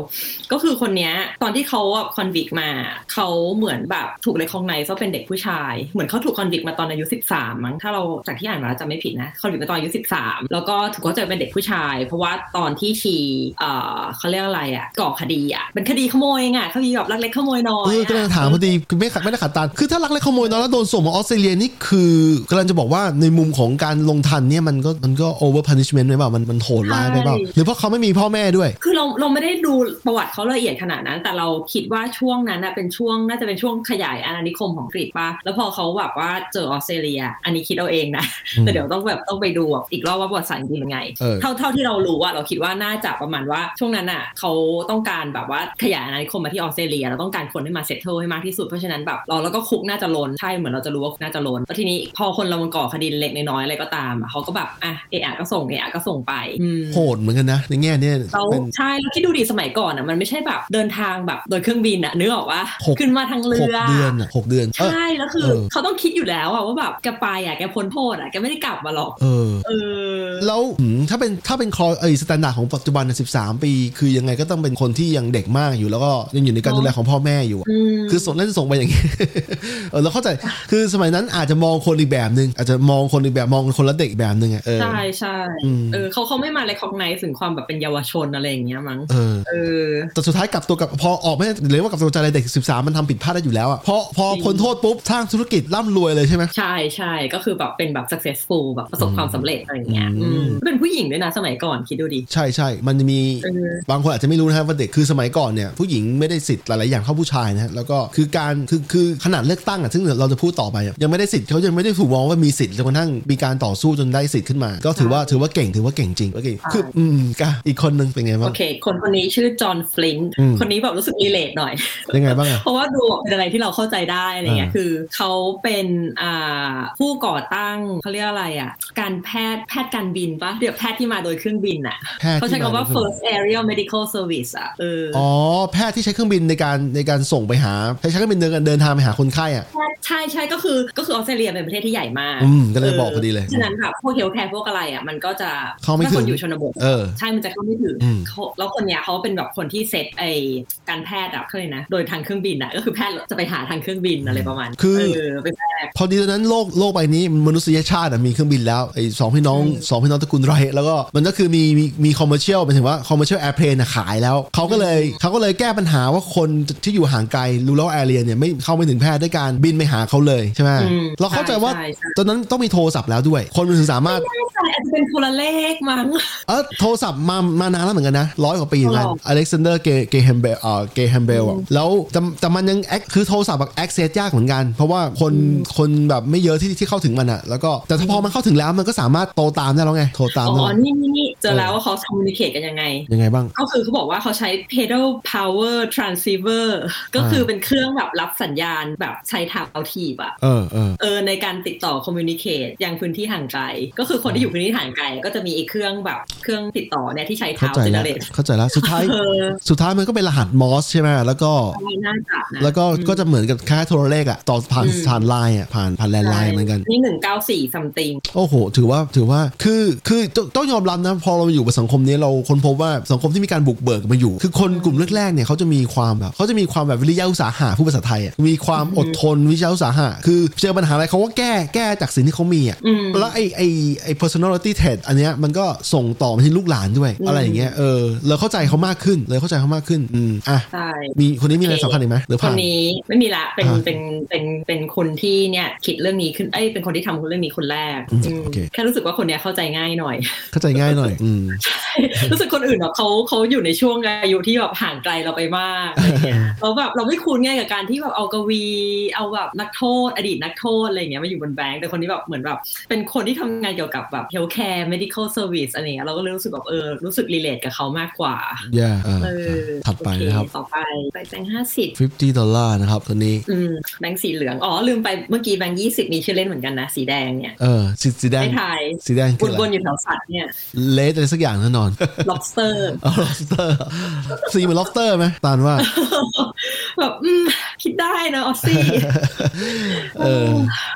ก็คือคนเนี้ยตอนที่เขาคอนวิกมาเขาเหมือนแบบถูกเลยของในซะเป็นเด็กผู้ชาย เหมือนเขาถูกคอนวิกมาตอนอายุ 13 มั้งถ้าเราจากที่อ่านมาแล้วจำไม่ผิดนะคอนวิกมาตอนอายุ 13 แล้วก็ถูกเขาใจเป็นเด็กผู้ชาย เพราะว่าตอนที่ชีเอ่อเขาเรียกอะไรอ่ะก่อคดีอ่ะเป็นคดีขโมยไงคดีแบบลักเล็กขโมยน้อย เออ อะ กำลังถามพอดีคือไม่ขัดไม่ได้ขัดตานคือถ้ารักและขโมยน้อยแล้วโดนส่งมาออสเตรเลียนี่คือกำลังจะบอกว่าในมุมของการลงทันเนี่ยมันก็มันก็โอเวอร์พันิชเมนต์ไหมเปล่ามันมันโหดร้ายไหมเปล่า ใช่ หรือเพราะเขาไม่มีพ่อแม่ด้วย คือเราเราไม่ได้ดูประวัติเขาละเอียดขนาดนั้น แต่เราคิดว่าช่วงนั้นนะเป็นช่วงน่าจะเป็นช่วงขยายอาณานิคมของอังกรีกป่ะแล้วพอเขาแบบว่าเจอออสเตรเลีย อันนี้คิดเอาเองนะ อืม แต่เดี๋ยวต้องแบบต้องไปดูแบบอีกรอบว่าประวัติศาสตร์จริงๆเป็นไง เออ เท่าเท่าที่เรารู้ว่าเราคิดว่าน่าจะประมาณว่าช่วงนั้นอ่ะเขาต้องการแบบว่าขยายอาณานิคมมาที่ออสเตรเลียเราต้องการคนให้มาเซตเทิลให้มากที่สุดเพราะฉะนั้นแบบเราแล้วก็คุกน่าจะล้นใช่เหมือนเราจะรู้ว่าคุกน่าจะล้นแล้วทีนี้พอคนเรามันก่อคดีเล็กน้อยๆอะไรก็ตามอะเขาก็แบบอ่ะเอะอะก็ส่งเอะอะก็ส่งไปอืม โหดเหมือนกันนะในแง่เนี่ย เรา เป็น ใช่แล้วคิดดูดิสมัยก่อนอ่ะมันไม่ใช่แบบเดินทางแบบโดยเครื่องบินอ่ะนึกออกว่า หก ขึ้นมาทางเรื หก อ เดือนอ่ะหกเดือนเออ ใช่แล้วคือ เออ เขาต้องคิดอยู่แล้วอ่ะว่าแบบแกไปอ่ะแกพ้นโทษอ่ะแกไม่ได้กลับมาหรอก เออ เออ แล้วหืมถ้าเป็นถ้าเป็นคลอเอยสแตนดาร์ดของปัจจุบันน่ะ13 ปี คือยังไงก็ต้องเป็นคนที่ยังเด็กมากอยู่แล้วก็ยังอยู่ในการดูแลของพ่อแม่อยู่อะ อืม คือส่งเล่นส่งไปอย่างนี้ (laughs) เออเราเข้าใจคือสมัยนั้นอาจจะมองคนอีกแบบหนึ่งอาจจะมองคนอีกแบบมองคนละเด็กแบบหนึ่งอะเออ ใช่ใช่ อืม เออเขาเขาไม่มาเลยของในถึงความแบบเป็นเยาวชนอะไรอย่างเงี้ยมั้ง เออ เออ แต่สุดท้ายกลับตัวกลับพอออกไม่ได้หรือว่ากลับตัวใจอะไรเด็ก 13 มันทำผิดพลาดได้อยู่แล้วอะพอพอ จริง พ้นโทษปุ๊บสร้างธุรกิจร่ำรวยเลยใช่ไหม ใช่ใช่ก็คือแบบเป็นแบบ successful แบบประสบความสำเร็จอะไรอย่างเงี้ย อืม อืมเป็นผู้หญิงด้วยนะสมัยก่อนคิดดูดิ ใช่ใช่มันจะมี เออ บางคนอาจจะไม่รู้นะครับว่าเด็กคือสมัยก่อนเนี่ยผู้หญิงไม่ได้สิทธิ์หลาย ๆ อย่างเท่าผู้ชายนะฮะแล้วก็คือการคือคือขนาดเลือกตั้งอ่ะซึ่งเราจะพูดต่อไปอะยังไม่ได้สิทธิ์เขายังไม่ได้ถูกมองว่ามีสิทธิ์จนกระทั่งมีการต่อสู้จนได้สิทธิ์ขึ้นมา ก็ถือว่าถือว่าเก่งถือว่าเก่งจริงโอเค ค่ะ คืออืมกะอีกคนนึงเป็นไง โอ บ้าง เค คนคนนี้ชื่อจอห์นฟลิน อืม คนนี้แบบรู้สึกรีเลทหน่อย ยังไงบ้างอ่ะ เพราะว่าดูเป็นอะไรที่เราเข้าใจได้อะไรเงี้ย อ่า คือเขาเป็นอ่าผู้ก่อตั้งเขาเรียกอะไรอ่ะ การแพทย์แพทย์การบินปะเดี๋ยวแพทย์ที่มาโดยเครื่องบินอ่ะ แพทย์ เขาใช้ ที่ คำว่า ม first aerial medical service อ่ะเอออ อ๋อแพทย์ที่ใช้เครื่องบินในการในการส่งไปหาใช้เครื่องบินเดินเดินทางไปหาคนไข้อ่ะ ใช่ใช่ใช่ก็คือก็คือออสเตรเลียเป็นประเทศที่ใหญ่มาก อืมก็เลยบอกพอดีเลย ฉะนั้นแบบพวกเฮลท์แคร์พวกอะไรอ่ะมันก็จะ เข้าไม่ ถ้คน ถึง อยู่ชนบท เออ ใช่ มันจะเข้าไม่ถึง อืม เขาแล้วคนเนี้ยเขาเป็นแบบคนที่เซตไอการแพทย์อะเขาเลยกนะ โดยทางเครื่องบินอะก็คือแพทย์จะไปหาทางเครื่องบินอะไรประมาณ คือ เออเป็นแพทย์ พอดีตอนนั้นโลกโลกใบนี้มนุษยชาติอะมีเครื่องบินแล้วไอ้สองพี่น้อง อืม สองพี่น้องตระกูลไรท์แล้วก็มันก็คือมีมีมีคอมเมอร์เชียลหมายถึงว่าคอมเมอร์เชียลแอร์เพลนขายแล้วเขาก็เลยเขาก็เลยแก้ปัญหาว่าคนที่อยู่ห่างไกลรูแล้วแอเรียเนี่ยไม่เข้าไม่ถึงแพทย์ด้วยการบินไปหาเขาเลยใช่ไหม อืม เราเข้าใจว่า ใช่ใช่ ตอนนั้นต้องมีโทรศัพท์แล้วด้วย คนมันถึงสามารถ ใช่อาจจะเป็นคนละเลขมั้ง เออโทรศัพท์มามานานแล้วเหมือนกันนะร้อยกว่าปีเหมือนกัน หรอ อเล็กซานเดอร์เกเกแฮมเบลเอ่อเกแฮมเบลแล้วแต่แต่มันยัง act- คือโทรศัพท์แบบ access ยากเหมือนกัน เพราะว่าคนคนแบบไม่เยอะที่ที่เข้าถึงมันอะแล้วก็แต่ถ้าพอมันเข้าถึงแล้วมันก็สามารถโตตามได้แล้วไงโทรตาม อ๋ ได้ อ แล้ว นี่นี่นี่เจอแล้ว เออ ว่าเขาคอมมูนิเคตกันยังไง ยังไงบ้าง ก็คือเขาบอกว่าเขาใช้ pedal power transceiver ก็คือเป็นเครื่องแบบรับสัญญาณแบบใช้เท้าถีบอะ เออเออ เออในการติดต่อคอมมิวนิเคตยังพื้นที่ห่างไกล ก็คือคนที่อยู่พื้นที่ห่างไกล ก็จะมีอีกเครื่องแบบเครื่องติดต่อเนี่ยที่ใช้ เข้า เท้า ใจ เจเน แล้ว เรต เข้าใจแล้วสุดท้าย เออ (laughs) สุดท้ายมันก็เป็นรหัสมอสใช่ไหมแล้วก็ น่าจะนะ แล้วก็ก็จะเหมือนกับค่ายๆโทรเลขอะต่อผ่าน อืม ผ่านไลน์อะผ่านผ่านแลนด์ไลน์เหมือนกัน นี่หนึ่งเก้าสี่ something โอ้โห ถือว่า ถือว่า คือ คือตต้องยอมรับนะ พอเราอยู่กับสังคมนี้เราค้นพบว่าสังคมที่มีการบุกเบิกมาอยู่ คือคนกลุ่มแรกๆ เนี่ยเขาจะมีความแบบเขาจะมีความแบบวิริยะอุตสาหะผู้ภาษาไทยอะมีความอดทนวิชาอุตสาหะ คือเจอปัญหาอะไรเขาก็แก้ แก้จากสิ่งที่เขามีอ่ะ อืม แล้วไอ้ไอ้ไอ้ personality quality trade อันเนี้ยมันก็ส่งต่อมาที่ลูกหลานด้วย อะไรอย่างเงี้ยเออเราเข้าใจเขามากขึ้นเลยเข้าใจเขามากขึ้นอืมอ่ะ ใช่ มีคนนี้มีอะไร โอเค สำคัญอีกไหมหรือ ค ผ่าน น นี้ไม่มีละเป็น อ่า เป็นเป็นเป็นคนที่เนี่ยคิดเรื่องนี้ขึ้นเอ้ยเป็นคนที่ทำเรื่องนี้คนแรก อืม อืม โอเค แค่รู้สึกว่าคนเนี้ยเข้าใจง่ายหน่อย (laughs) เข้าใจง่ายหน่อยอืม รู้สึกคนอื่นแบบเขาเขาอยู่ในช่วงอายุที่แบบห่างไกลเราไป (laughs) มากอะไรเงี้ยเราแบบเราไม่คุ้นไงกับการที่แบบเอากวีเอาแบบนักโทษ อดีตนักโทษอะไรเงี้ยมาอยู่บนแบงค์แต่คนนี้แบบเหมือนแบบเป็นคนที่ทำงานเกี่ยวกับแบบ healthcare medical service อะไรเงี้ยเราก็เลยรู้สึกแบบเออรู้สึก relate กับเขามากกว่า yeah อ่า เออ ถัดไปนะครับ โอเต่อไปไปแบงค์ห้าสิบ 50ดอลลาร์นะครับตัวนี้ อืมแบงค์สีเหลือง อ๋อ ลืมไปเมื่อกี้แบงค์ยี่สิบมีชื่อเล่นเหมือนกันนะ สีแดงเนี่ย เออสีสีแดง ให้ทาย สีแดงคืออะ ว ไร นๆอยู่แถวสัตว์เนี่ย เลสอะไรสักอย่างแน่นอน (laughs) lobster เอา lobster สีเหมือน lobster ไหมตาลว่า แบบอืม คิดได้นะออส (laughs) ซี่ เออ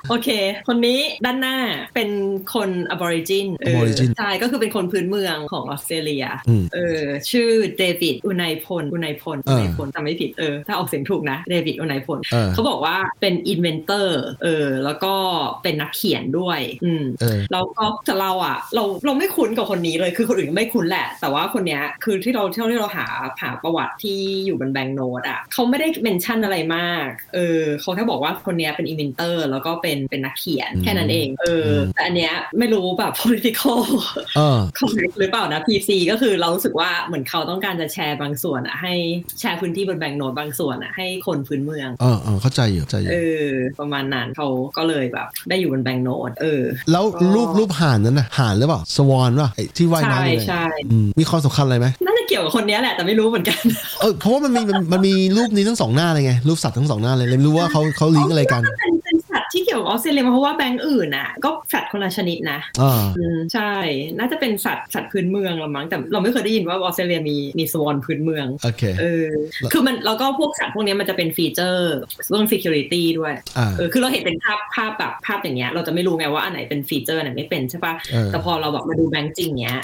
โอเค คนนี้ด้านหน้าเป็นคนอบอริจิน Aborigin ใช่ ก็คือเป็นคนพื้นเมืองของออสเตรเลีย อืม เออ ชื่อเดวิดอุไนพลอุไนพล อ่า อุไนพลจำไม่ผิด เออ ถ้าออกเสียงถูกนะ เดวิดอุไนพล เออ เขาบอกว่าเป็นอินเวนเตอร์ เออ แล้วก็เป็นนักเขียนด้วย อืม เออ แล้วก็แต่เราอะเราเราไม่คุ้นกับคนนี้เลยคือคนอื่นก็ไม่คุ้นแหละ แต่ว่าคนเนี้ยคือที่เราเท่าที่เราหาหาประวัติที่อยู่บนแบงก์โนดอะเขาไม่ได้เมนชั่นอะไรมากเออเขาแค่บอกว่าคนเนี้ยเป็นอินเวนเตอร์ แล้วก็เป็นเป็นนักเขียน อืม แค่นั้นเองเอออ ม แต่อันเนี้ยไม่รู้แบบ political (laughs) เออ correct หรือเปล่านะ PC ก็คือเรารู้สึกว่าเหมือนเขาต้องการจะแชร์บางส่วนอะให้แชร์พื้นที่บนแบงก์โนดบางส่วนอะให้คนพื้นเมือง เออเออเข้าใจอยู่เข้าใจอยู่ เออ ประมาณนั้นเขาก็เลยแบบได้อยู่บนแบงก์โนดเออ แล้วรูปรูปห่านนั้นน่ะห่านหรือเปล่าสวอนป่ะไอ้ที่ว่าย ใช่ น้ำอยู่เนี่ย ใช่ อืมมีความสำคัญอะไรไหม น่าจะเกี่ยวกับคนเนี้ยแหละแต่ไม่รู้เหมือนกัน (laughs) เออเพราะว่ามันมีมันมันมีรูปนี้ทั้งสองหน้าเลยไง รูปสัตว์ทั้งสองหน้าเลยเลยไม่รู้ว่าเขาเขาลิงก์อะไรกัน เป็นเป็นสัตว์ที่เกี่ยวกับออสเตรเลียเพราะว่าแบงก์อื่นอ่ะ ก็สัตว์คนละชนิดนะ อ่า อืมใช่ น่าจะเป็นสัตว์สัตว์พื้นเมืองละมั้งแต่เราไม่เคยได้ยินว่าออสเตรเลียมีมีสวอนพื้นเมือง โอเค เออคือมันแล้วก็พวกสัตว์พวกเนี้ยมันจะเป็นฟีเจอร์เรื่อง security ด้วย อ่า เออคือเราเห็นเป็นภาพภาพแบบภาพอย่างเงี้ยเราจะไม่รู้ไงว่าอันไหนเป็นฟีเจอร์อันไหนไม่เป็นใช่ปะ เออ แต่พอเราแบบมาดูแบงก์จริงเนี้ย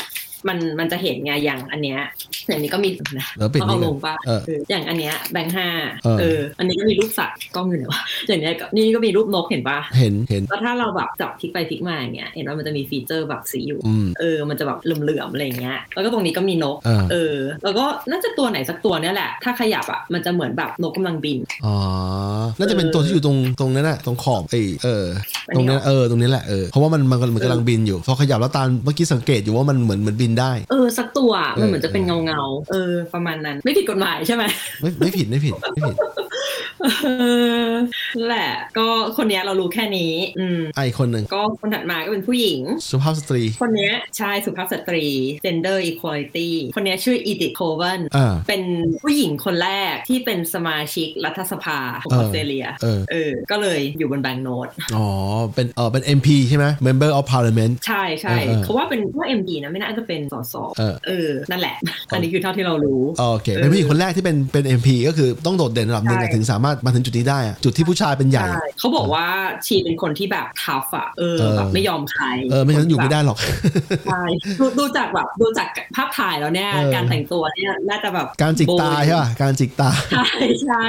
มันมันจะเห็นไงอย่างอันเนี้ยอย่างนี้ก็มีนะ เดี๋ยวปิด ต้องเอา นี่ก่อลนงป่ะ เออ เอออย่างอันเนี้ยแบงค์ห้า เออ เออ อันนี้ก็มีรูปสัตว์กล้องอยู่ไหนวะ (laughs) อย่างเนี้ยก็นี่ก็มีรูปนกเห็นป่ะ เห็นเห็น แล้วถ้าเราแบบจับพลิกไปพลิกมาอย่างเงี้ยเห็นว่ามันจะมีฟีเจอร์แบบสีอยู่ อืม เออมันจะแบบเหลื่อมๆอะไรอย่างเงี้ยแล้วก็ตรงนี้ก็มีนก เออ เออ แล้วก็น่าจะตัวไหนสักตัวเนี้ยแหละ ถ้าขยับอ่ะมันจะเหมือนแบบนกกำลังบิน อ๋อ น่าจะเป็นตัวที่อยู่ตรงตรงนั้นน่ะ ตรงขอบไอเออ อัน ตรง นี้ นั้ เหรอนเออ ตรงนี้แหละ เออ เพราะว่ามันมันมันมันกำลังบินอยู่ พอขยับแล้วตาลเมื่อกี้สังเกตอยู่ว่ามันเหมือนเหมือนบินได้ เออสักตัวอะมันเหมือน เออ จะเป็นเงาเงาๆเออ ประมาณนั้น ไม่ผิดกฎหมายใช่ไหม ไม่ไม่ผิดไม่ผิดไม่ผิด เออนั่นแหละ ก็คนเนี้ยเรารู้แค่นี้ อืม ไอะอีกคนหนึ่ง ก็คนถัดมาก็เป็นผู้หญิง สุภาพสตรี คนเนี้ยชายสุภาพสตรี gender equality คนเนี้ยชื่ออีดิทโคเวน อ่า เป็นผู้หญิงคนแรกที่เป็นสมาชิกรัฐสภาของ เอ อ อ อสเตรเลีย เออ เออ ก็เลยอยู่บนแบงก์โนด อ๋อ เป็นเออเป็น MP ใช่ไหม Member of Parliament ใช่ใช่ เออเออ เขาว่าเป็นว่า MD นะ ไม่น่าจะเป็นสส เออ เออ นั่นแหละ อันนี้คือเท่าที่เรารู้ โอเค เป็นผู้หญิงคนแรกที่เป็นเป็น MP ก็คือต้องโดดเด่นระดับหนึ่งอะ ใช่ ถึงสามารถมาถึงจุดนี้ได้อะจุดที่ผู้ชายเป็นใหญ่ ใช่เขาบอกว่าชีเป็นคนที่แบบทัฟอะเออ เออ แบบไม่ยอมใคร เออ ไม่งั้นอยู่ไม่ได้หรอก (laughs) ใช่ดูดูจากแบบดูจากภาพถ่ายแล้วเนี่ย เออ การแต่งตัวเนี่ยน่าจะแบบ การจิกตาใช่ป่ะ การจิกตา ใช่ใช่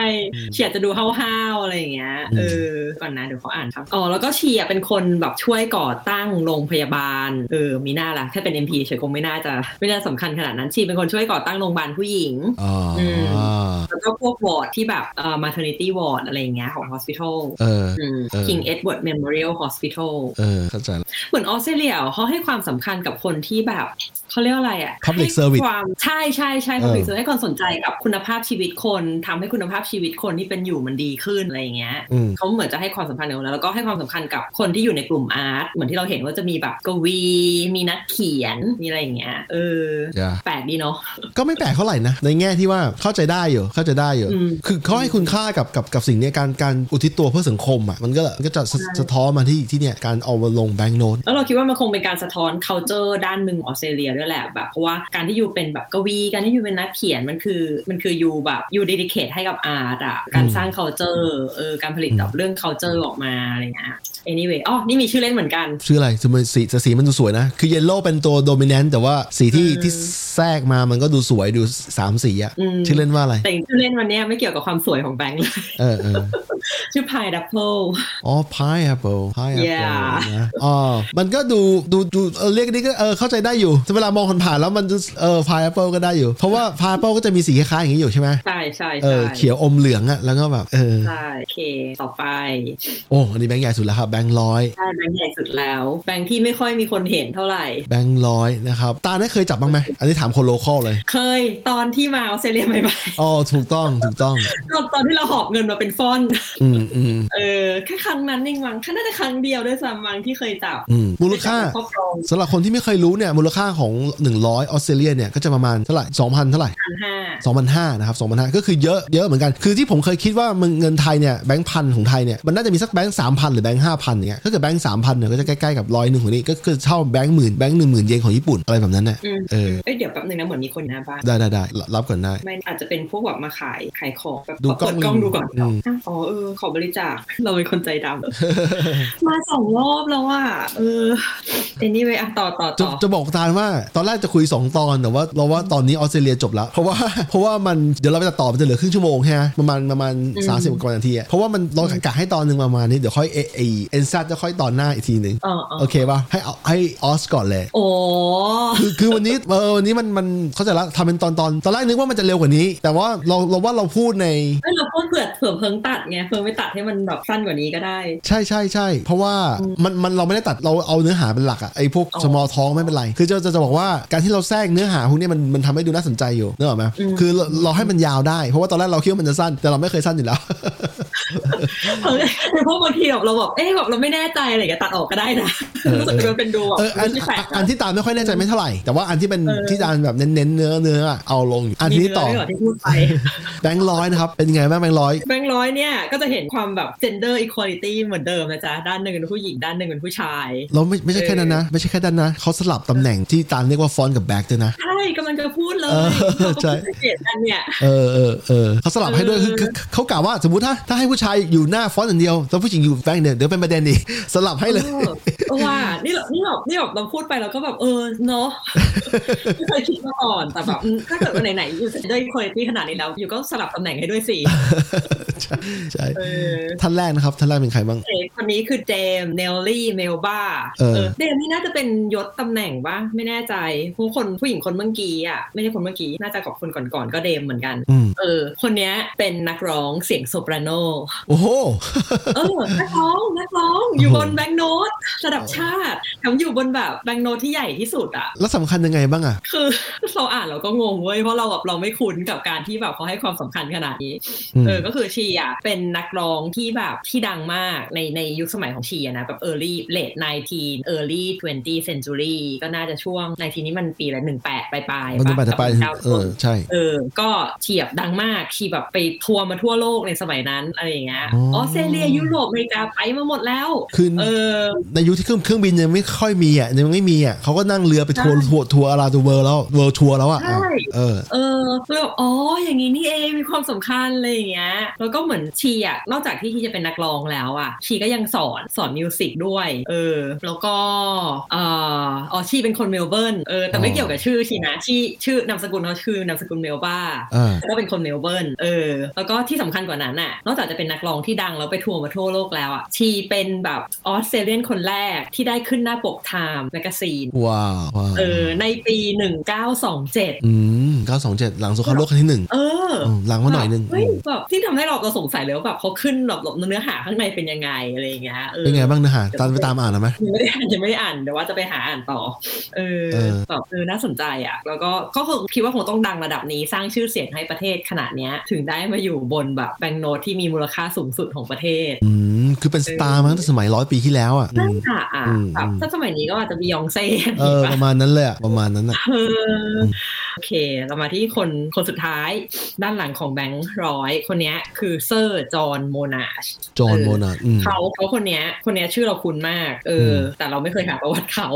เฉียดจะดูห้าวๆอะไรอย่างเงี้ยเออก่อนนะเดี๋ยวเขาอ่านครับอ๋อแล้วก็เชียเป็นคนแบบช่วยก่อตั้งโรงพยาบาลเออมีหน้าละถ้าเป็น MP เฉยคงไม่น่าจะไม่น่าสำคัญขนาดนั้นชีเป็นคนช่วยก่อตั้งโรงพยาบาลผู้หญิง อ๋ออ ม แล้วก็พวกวอร์ดที่แบบเอ่อ maternity ward อะไรอย่างเงี้ยของ hospital เออ อืม เออ King Edward Memorial Hospital เออ เข้าใจละ เหมือนออสเตรเลียเขาให้ความสำคัญกับคนที่แบบเขาเรียกว่าอะไรอ่ะ Public ให้ service ความใช่ใช่ใช่ เออ public service ให้ความสนใจกับคุณภาพชีวิตคนทำให้คุณภาพชีวิตคนที่เป็นอยู่มันดีขึ้นอะไรอย่างเงี้ย อืม เขาเหมือนจะให้ความสำคัญกับเราแล้วก็ให้ความสำคัญกับคนที่อยู่ในกลุ่มอาร์ตเหมือนที่เราเห็นว่าจะมีแบบกวี มีนักเขียนมีอะไรอย่างเงี้ยเออ Yeah แปลกดีเนาะ ก็ไม่แปลกเท่าไหร่นะ ในแง่ที่ว่าเข้าใจได้อยู่ เข้าใจได้อยู่ อืม คือเขาให้คุณค่ากับกับกับสิ่งเนี้ยการการอุทิศตัวเพื่อสังคมอ่ะมันก็มันก็จะสะ ใช่ สะท้อนมาที่ที่เนี่ยการเอามาลงแบงก์โนต แล้วเราคิดว่ามันคงเป็นการสะท้อน culture ด้านหนึ่งของออสเตรเลียด้วยแหละแบบเพราะว่าการที่อยู่เป็นแบบกวีการที่อยู่เป็นนักเขียนมันคือมันคืออยู่แบบอยู่ dedicate ให้กับอาร์ตอ่ะการสร้าง culture เออการผลิตแบบเรื่อง culture ออกมาอะไรเงี้ย anyway อ๋อนี่มีชื่อเล่นเหมือนกัน ชื่ออะไรคือมันสีสีมันดูสวยนะ คือเยลโล่เป็นตัวโดมิเนนต์แต่ว่าสีที่ อืม ที่แทรกมามันก็ดูสวยดูสามสีอะ อืม ชื่อเล่นว่าอะไร แต่ชื่อเล่นวันเนี้ยไม่เกี่ยวกับความสวยของแบงค์เลย (laughs) เออเออ ชื่อ pineapple อ๋อ pineapple pineapple Yeah นะอ๋อมันก็ดูดูดูเออเรียกนี้ก็เออเข้าใจได้อยู่เวลามองผ่านๆแล้วมันเออ pineapple ก็ได้อยู่ เพราะว่า pineapple ก็จะมีสีคล้ายๆอย่างนี้อยู่ใช่ไหม ใช่ใช่ เอ ใช่ อเขียวอมเหลืองอะแล้วก็แบบเออ ใช่โอเค ต่อไป โอ้อันนี้แบงค์ใหญ่สุดแล้วครับแบงค์ร้อย ใช่แบงค์ใหญ่สุดแล้ว แบงค์ที่ไม่ค่อยมีคนเห็นเท่าไหร่ แบงค์ร้อยนะครับ ตาได้เคยจับบ้างไหม อันนี้ถามคนโลคอลเลย เคยตอนที่มาออสเตรเลียใหม่ อ๋อ ถูกต้อง ถูกต้อง ๆตอนตอนที่เราหอบเงินมาเป็นฟอนด์ อืมอืม เออแค่ครั้งนั้นเองมั้งแค่น่าจะครั้งเดียวด้วยซ้ำมั้งที่เคยจับ อืมมูลค่า ครอบครอง สำหรับคนที่ไม่เคยรู้เนี่ย มูลค่าของ 100 ออสเตรเลียเนี่ย ก็จะประมาณเท่าไหร่2,000 เท่าไหร่ พันห้า 2,500นะครับ2,500ก็คือเยอะเยอะเหมือนกัน คือที่ผมเคยคิดว่ามึงเงินไทยเนี่ย แบงค์พันของไทยเนี่ย มันน่าจะมีสักแบงค์3,000 หรือแบงค์5,000อย่างเงี้ยถ้าเกิดแบงค์3,000เนี่ยก็จะใกล้ๆกับร้อยหนึ่งของนี่ก็คือเท่าแบงค์หมื่นแบงค์หนึ่งหมื่นเยนของญี่ปุ่นอะไรแบบนั้นน่ะ อืม เออ เอ้ยเดี๋ยวแป๊บหนึงนะเหมือนมีคนอยู่หน้าบ้าน ได้ได้ได้รับก่อนได้ ไม่อาจจะเป็นพวกแบบมาขายขายของแบบ ดูกล้ เปิ อง ดกล้องดูก่อน อืม อ้าวอ๋อเออขอบริจาค (laughs) เราเป็นคนใจด (laughs) ำ มาสองรอบแล้วอ่ะเออ anyway อ่ะต่อต่อ จะ ต่อ จะบอกตาลว่าตอนแรกจะคุย 2 ตอนแต่ว่าเราว่าตอนนี้ออสเตรเลียจบแล้ว เพราะว่า (laughs) เพราะว่ามันเดี๋ยวเราไปตัดต่อมันจะเหลือครึ่งชั่วโมงใช่ไหมประมาณประมาณ อืม สามสิบกว่านาทีอะเพราะว่ามันเรากะให้ตอนหนึ่งประมาณนี้เดี๋ยวค่อยเอเอเอ็นซัจะค่อยตอนหน้าอีกทีหนึ่ง เออเออ โอเคป่ะให้เอาให้ออสก่อนเลย โอ้ คือคือวันนี้เออวันนี้มันมันเข้าใจละทำเป็นตอนตอนตอนแรกนึกว่ามันจะเร็วกว่านี้ แต่ว่าเราเราว่าเราพูดใน เอ้ยเราก็เผื่อเผื่อเพิงตัดไงเพิงไม่ตัดให้มันแบบสั้นกว่านี้ก็ได้ ใช่ใช่ใช่เพราะว่ามันมันเราไม่ได้ตัดเราเอาเนื้อหาเป็นหลักอะไอ้พวก อ๋อ สมอท้องไม่เป็นไร คือจะจะจะบอกว่าการที่เราแทรกเนื้อหาพวกเนี้ยมันมันทำให้ดูน่าสนใจอยู่นึกออกไหม อืม คือเราเราให้มันยาวได้ เพราะว่าตอนแรกเราคิดว่ามันจะสั้น แต่เราไม่เคยสั้นอยู่แล้ว เพิงเพราะบางทีแบบเราแบบเอ๊ะแบบเราไม่แน่ใจอะไรอย่างเงี้ยตัดออกก็ได้นะ เออ รู้สึกมันเป็นดูแบบ เอออัน ไม่ใช่ อั แปลกนอันที่ตามไม่ค่อยแน่ใจไม่เท่าไหร่ แต่ว่าอันที่เป็นที่ตามแบบเน้นเน้นๆเนื้อเนื้ออะเอาลงอยู่อันนี้ต่อ มีเรื่งที่พูดไป แบงค์ร้อยนะครับเป็นไงบ้างแบงค์ร้อย แบงค์ร้อยเนี่ยก็จะเห็นความแบบ gender equality เหมือนเดิมนะจ๊ะ ด้านหนึ่งเป็นผู้หญิงด้านหนึ่งเป็นผู้ชาย เราไม่ไม่ใช่แค่นั้นนะ ไม่ใช่แค่นั้นนะเขาสลับตำแหน่งที่ตามเรียกว่าฟอนต์กับแบ็กด้วยนะ ใช่กำลังจะพูดเลย เออ เราก็ ใช่ สังเกตกันเนี่ย เออเออเออเขาสลับให้ด้วยคือคือคือเขากล่าวว่าสมมติถ้าถ้าให้ผู้ชายอยู่หน้าฟอนต์อย่างเดียวแล้วผู้หญิงอยู่แบงค์เนี่ยเดี๋ยวเป็นประเด็นอีกสลับให้เลย (laughs) เออเออว่านี่เรานี่แบบนี่แบบเราพูดไปเราก็แบบเออเนาะ (laughs) ไม่เคยคิดมาก่อนแต่แบบอืมถ้าเกิดวันไหนๆอยู่ gender equality ขนาดนี้แล้วอยู่ก็สลับตำแหน่งให้ด้วยสิ ใช่ใช่ เออ ท่านแรกนะครับท่านแรกเป็นใครบ้าง เอกคนนี้คือเจมส์เนลลี่ เมลบ้า เออ เดมนี่น่าจะเป็นยศตำแหน่งปะไม่แน่ใจผู้คนผู้หญิงคนเมื่อกี้อ่ะ ไม่ใช่คนเมื่อกี้ น่าจะกับคนก่อนๆก็เดมเหมือนกัน อืม เออ คนเนี้ยเป็นนักร้องเสียงโซปราโน โอ้โห (laughs) เออ นักร้อง นักร้อง อยู่ โอ้โห บนแบงค์โนตระดับชาติแถมอยู่บนแบบแบงค์โนตที่ใหญ่ที่สุดอ่ะ แล้วสำคัญยังไงบ้างอ่ะ คือ (laughs) เราอ่านเราก็งงเว้ย เพราะเราแบบเราไม่คุ้นกับการที่แบบเขาให้ความสำคัญขนาดนี้ อืม เออ ก็คือชีอ่ะ เป็นนักร้องที่แบบที่ดังมากในในยุคสมัยของชีอะนะ แบบ early late 19 early 20 century ก็น่าจะช่วงในทีนี้มันปีละหนึ่งแปดปลายปลาย มันจะไปจะไปเออใช่ เออ ก็เฉียบดังมากชีแบบไปทัวร์มาทั่วโลกในสมัยนั้นอะไรอย่างเงี้ย อ๋อ ออสเตรเลียยุโรปอเมริกาไปมาหมดแล้ว คือ เออ ในยุคที่เครื่องเครื่องบินยังไม่ค่อยมีอ่ะยังไม่มีอ่ะเขาก็นั่งเรือไปทัวร์ทัวร์ทัวร์อาราดูเวิร์แล้วเวิร์ทัวร์แล้วอ่ะอ่ะ ใช่ เออ เออก็เลยแบบอ๋อ อย่างนี้นี่เอง มีความสำคัญอะไรอย่างเงี้ย แล้วก็เหมือนชีอ่ะ นอกจากที่ชีจะเป็นนักร้องแล้วอ่ะ ชีก็ยังสอนสอนมิวสิกด้วย เออ แล้วก็เอ่ออ๋อชีเป็นคนเมลเบิร์น เออ แต่ไม่ อ๋อ เกี่ยวกับชื่อชีนะ ชีชื่อนามสกุลเขาคือนามสกุลเมลบ้า อ่า ก็เป็นคนเมลเบิร์น เออ แล้วก็ที่สำคัญกว่านั้นน่ะ นอกจากจะเป็นนักร้องที่ดังแล้วไปทัวร์มาทั่วโลกแล้วอ่ะ ชีเป็นแบบออสเตรเลียนคนแรกที่ได้ขึ้นหน้าปกไทม์แมกซีน ว้าวว้าว เออ ในปี 1927 อืมเก้าสองเจ็ดหลังสงครามโลกครั้งที่หนึ่ง เออ เออหลังมาหน่อยหนึง เฮ้ยแบบที่ทำให้เราเราสงสัยเลยว่าแบบเขาขึ้นแบบแบบเนื้อหาข้างในเป็นยังไงอะไรอย่างเงี้ยเออ เป็นไงบ้างเนื้อหาตามไปตามอ่านหน่อยไหม ยังไม่ได้อ่านยังไม่ได้อ่านเดี๋ยวว่าจะไปหาอ่านต่อ เออ เออ แบบเออน่าสนใจอ่ะ แล้วก็ก็คงคิดว่าคงต้องดังระดับนี้สร้างชื่อเสียงให้ประเทศขนาดเนี้ย ถึงได้มาอยู่บนแบบแบงก์โนตที่มีมูลค่าสูงสุดของประเทศ อืม คือเป็นสตาร์มาตั้งแต่สมัยร้อยปีที่แล้วอ่ะอื นั่น ม ค่ะอ่ะ อืม แบบ อืม ถ้าสมัยนี้ก็อาจจะบียองเซ่ เออ ประมาณนั้นเลยอะประมาณนั้นอ่ะ เออโอเค เรามาที่คนคนสุดท้ายด้านหลังของแบงค์ร้อยคนเนี้ยคือเซอร์จอห์นโมนาช จอห์นโมนาอืม เขาเขาคนเนี้ยคนเนี้ยชื่อเราคุ้นมาก เอออ ม แต่เราไม่เคยหาประวัติเขา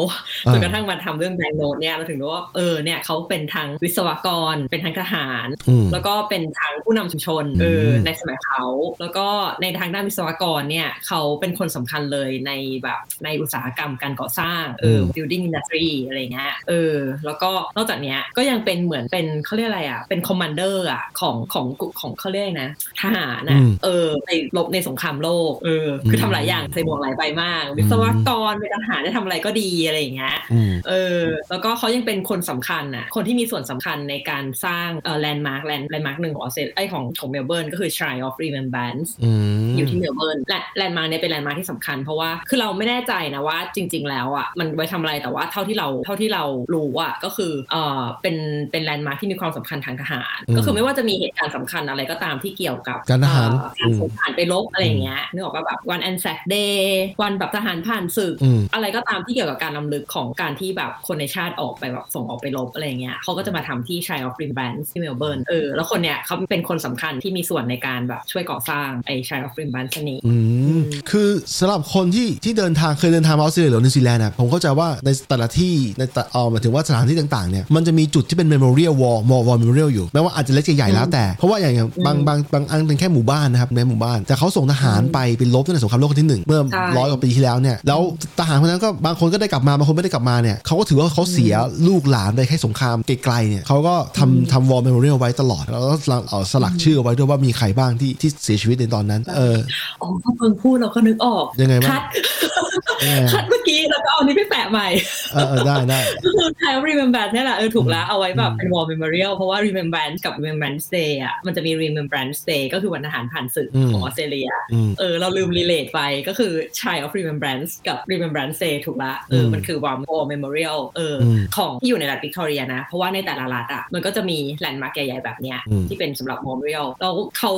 อ่า จนกระทั่งมาทำเรื่องแบงก์โนดเนี่ยเราถึงรู้ว่าเออเนี่ยเขาเป็นทั้งวิศวกร เป็นทั้งทหาร อืม แล้วก็เป็นทั้งผู้นำชุมชนเออ ม ในสมัยเขาแล้วก็ในทางด้านวิศวกรเนี่ยเขาเป็นคนสำคัญเลยในแบบในอุตสาหกรรมการก่อสร้างเอออ building industry อะไรเงี้ยเออแล้วก็นอกจากเนี้ยก็ยังเป็น เป็นเหมือนเป็นเขาเรียกอะไรอ่ะ เป็นคอมมานเดอร์อ่ะของของของเขาเรียกนะทหารนะ อืม เออไปรบในสงครามโลกเออคือทำหลายอย่างใส่หมวกหลายใบมากวิศวกรเป็นทหารได้ทำอะไรก็ดีอะไรอย่างเงี้ย อืม เออแล้วก็เขายังเป็นคนสำคัญน่ะ คนที่มีส่วนสำคัญในการสร้างเอ่อแลนด์มาร์คแลนด์แลนด์มาร์คหนึ่งของออสเตรเลียไอยของของเมลเบิร์นก็คือ Shrine of Remembrance อืม อยู่ที่เมลเบิร์นและแลนด์มาร์กเนี่ยเป็นแลนด์มาร์กที่สำคัญ เพราะว่าคือเราไม่แน่ใจนะว่าจริง ๆ แล้วอ่ะมันไว้ทำอะไรแต่ว่าเท่าที่เราเท่าที่เรารู้อ่ะก็คือเออเป็นเป็นแลนด์มาร์กที่มีความสำคัญทางทหาร อืม ก็คือไม่ว่าจะมีเหตุการณ์สำคัญอะไรก็ตามที่เกี่ยวกับ การทหาร เอ่อการ อืม สงครามไปรบอะไรอย่างเงี้ยนึกออกป่ะแบบวันแอนแซกเดย์วันแบบทหารผ่านศึก อืม อะไรก็ตามที่เกี่ยวกับการลำลึกของการที่แบบคนในชาติออกไปแบบส่งออกไปรบอะไรอย่างเงี้ยเขาก็จะมาทำที่ชายออฟริมแบนที่เมลเบิร์นเออแล้วคนเนี้ยเขาเป็นคนสำคัญที่มีส่วนในการแบบช่วยก่อสร้างไอชายออฟริมแบนนี้ อืมคือสำหรับคนที่ที่เดินทางเคยเดินทางมาออสเตรเลียหรือนิวซีแลนด์นะผมเข้าใจว่าในแต่ละที่ในแต่เออหมายถึงว่าสถานที่ต่างๆเนี่ยมันจะมีจุดที่เป็นเมมโมเรียลวอลมอวอลเมมโมเรียลอยู่แม้ว่าอาจจะเล็กจะใหญ่แล้วแต่ เพราะว่าอย่างอย่างบางบางบางอันเป็นแค่หมู่บ้านนะครับในหมู่บ้าน แต่เขาส่งทหารไปเป็นรบตั้งแต่สงครามโลกครั้งที่หนึ่งเมื่อ ใช่ ร้อยกว่าปีที่แล้วเนี่ยแล้วทหารคนนั้นก็บางคนก็ได้กลับมาบางคนไม่ได้กลับมาเนี่ยเขาก็ถือว่าเขาเสียลูกหลานไปแค่สงครามไกลๆเนี่ยเขาก็ทำทำวอลเมมโมเรียลไว้ตลอดแล้วก็เอาสลักชื่อเอาไว้ด้วยว่ามีใครบ้างที่ที่เสียชีวิตในตอนนั้น เออ อ๋อพอเพิ่งพูดเราก็นึกออก ยังไงบ้าง คัด ยังไงอะ คัดเมื่อกี้แล้วก็เอาอันนี้ไปแปะใหม่ เออเออได้ได้ ก็คือ Time Remembrance เนี่ยแหละเออถูกแล้วเอาไว้แบบ อืม เป็น War Memorial เพราะว่า Remembrance กับ Remembrance Day อ่ะมันจะมี Remembrance Day ก็คือวันทหารผ่านศึก อืม ของออสเตรเลีย อืม เออ เราลืม รีเลทไปก็คือ Child of Remembrance กับ Remembrance Day ถูกละเออ ม มันคือ War War Memorial เอออ ม ของที่อยู่ในรัฐวิกตอเรียนะ เพราะว่าในแต่ละรัฐอ่ะมันก็จะมีแลนด์มาร์กใหญ่ๆแบบเนี้ย อืม ที่เป็นสำหรับ War Memorial เราเขา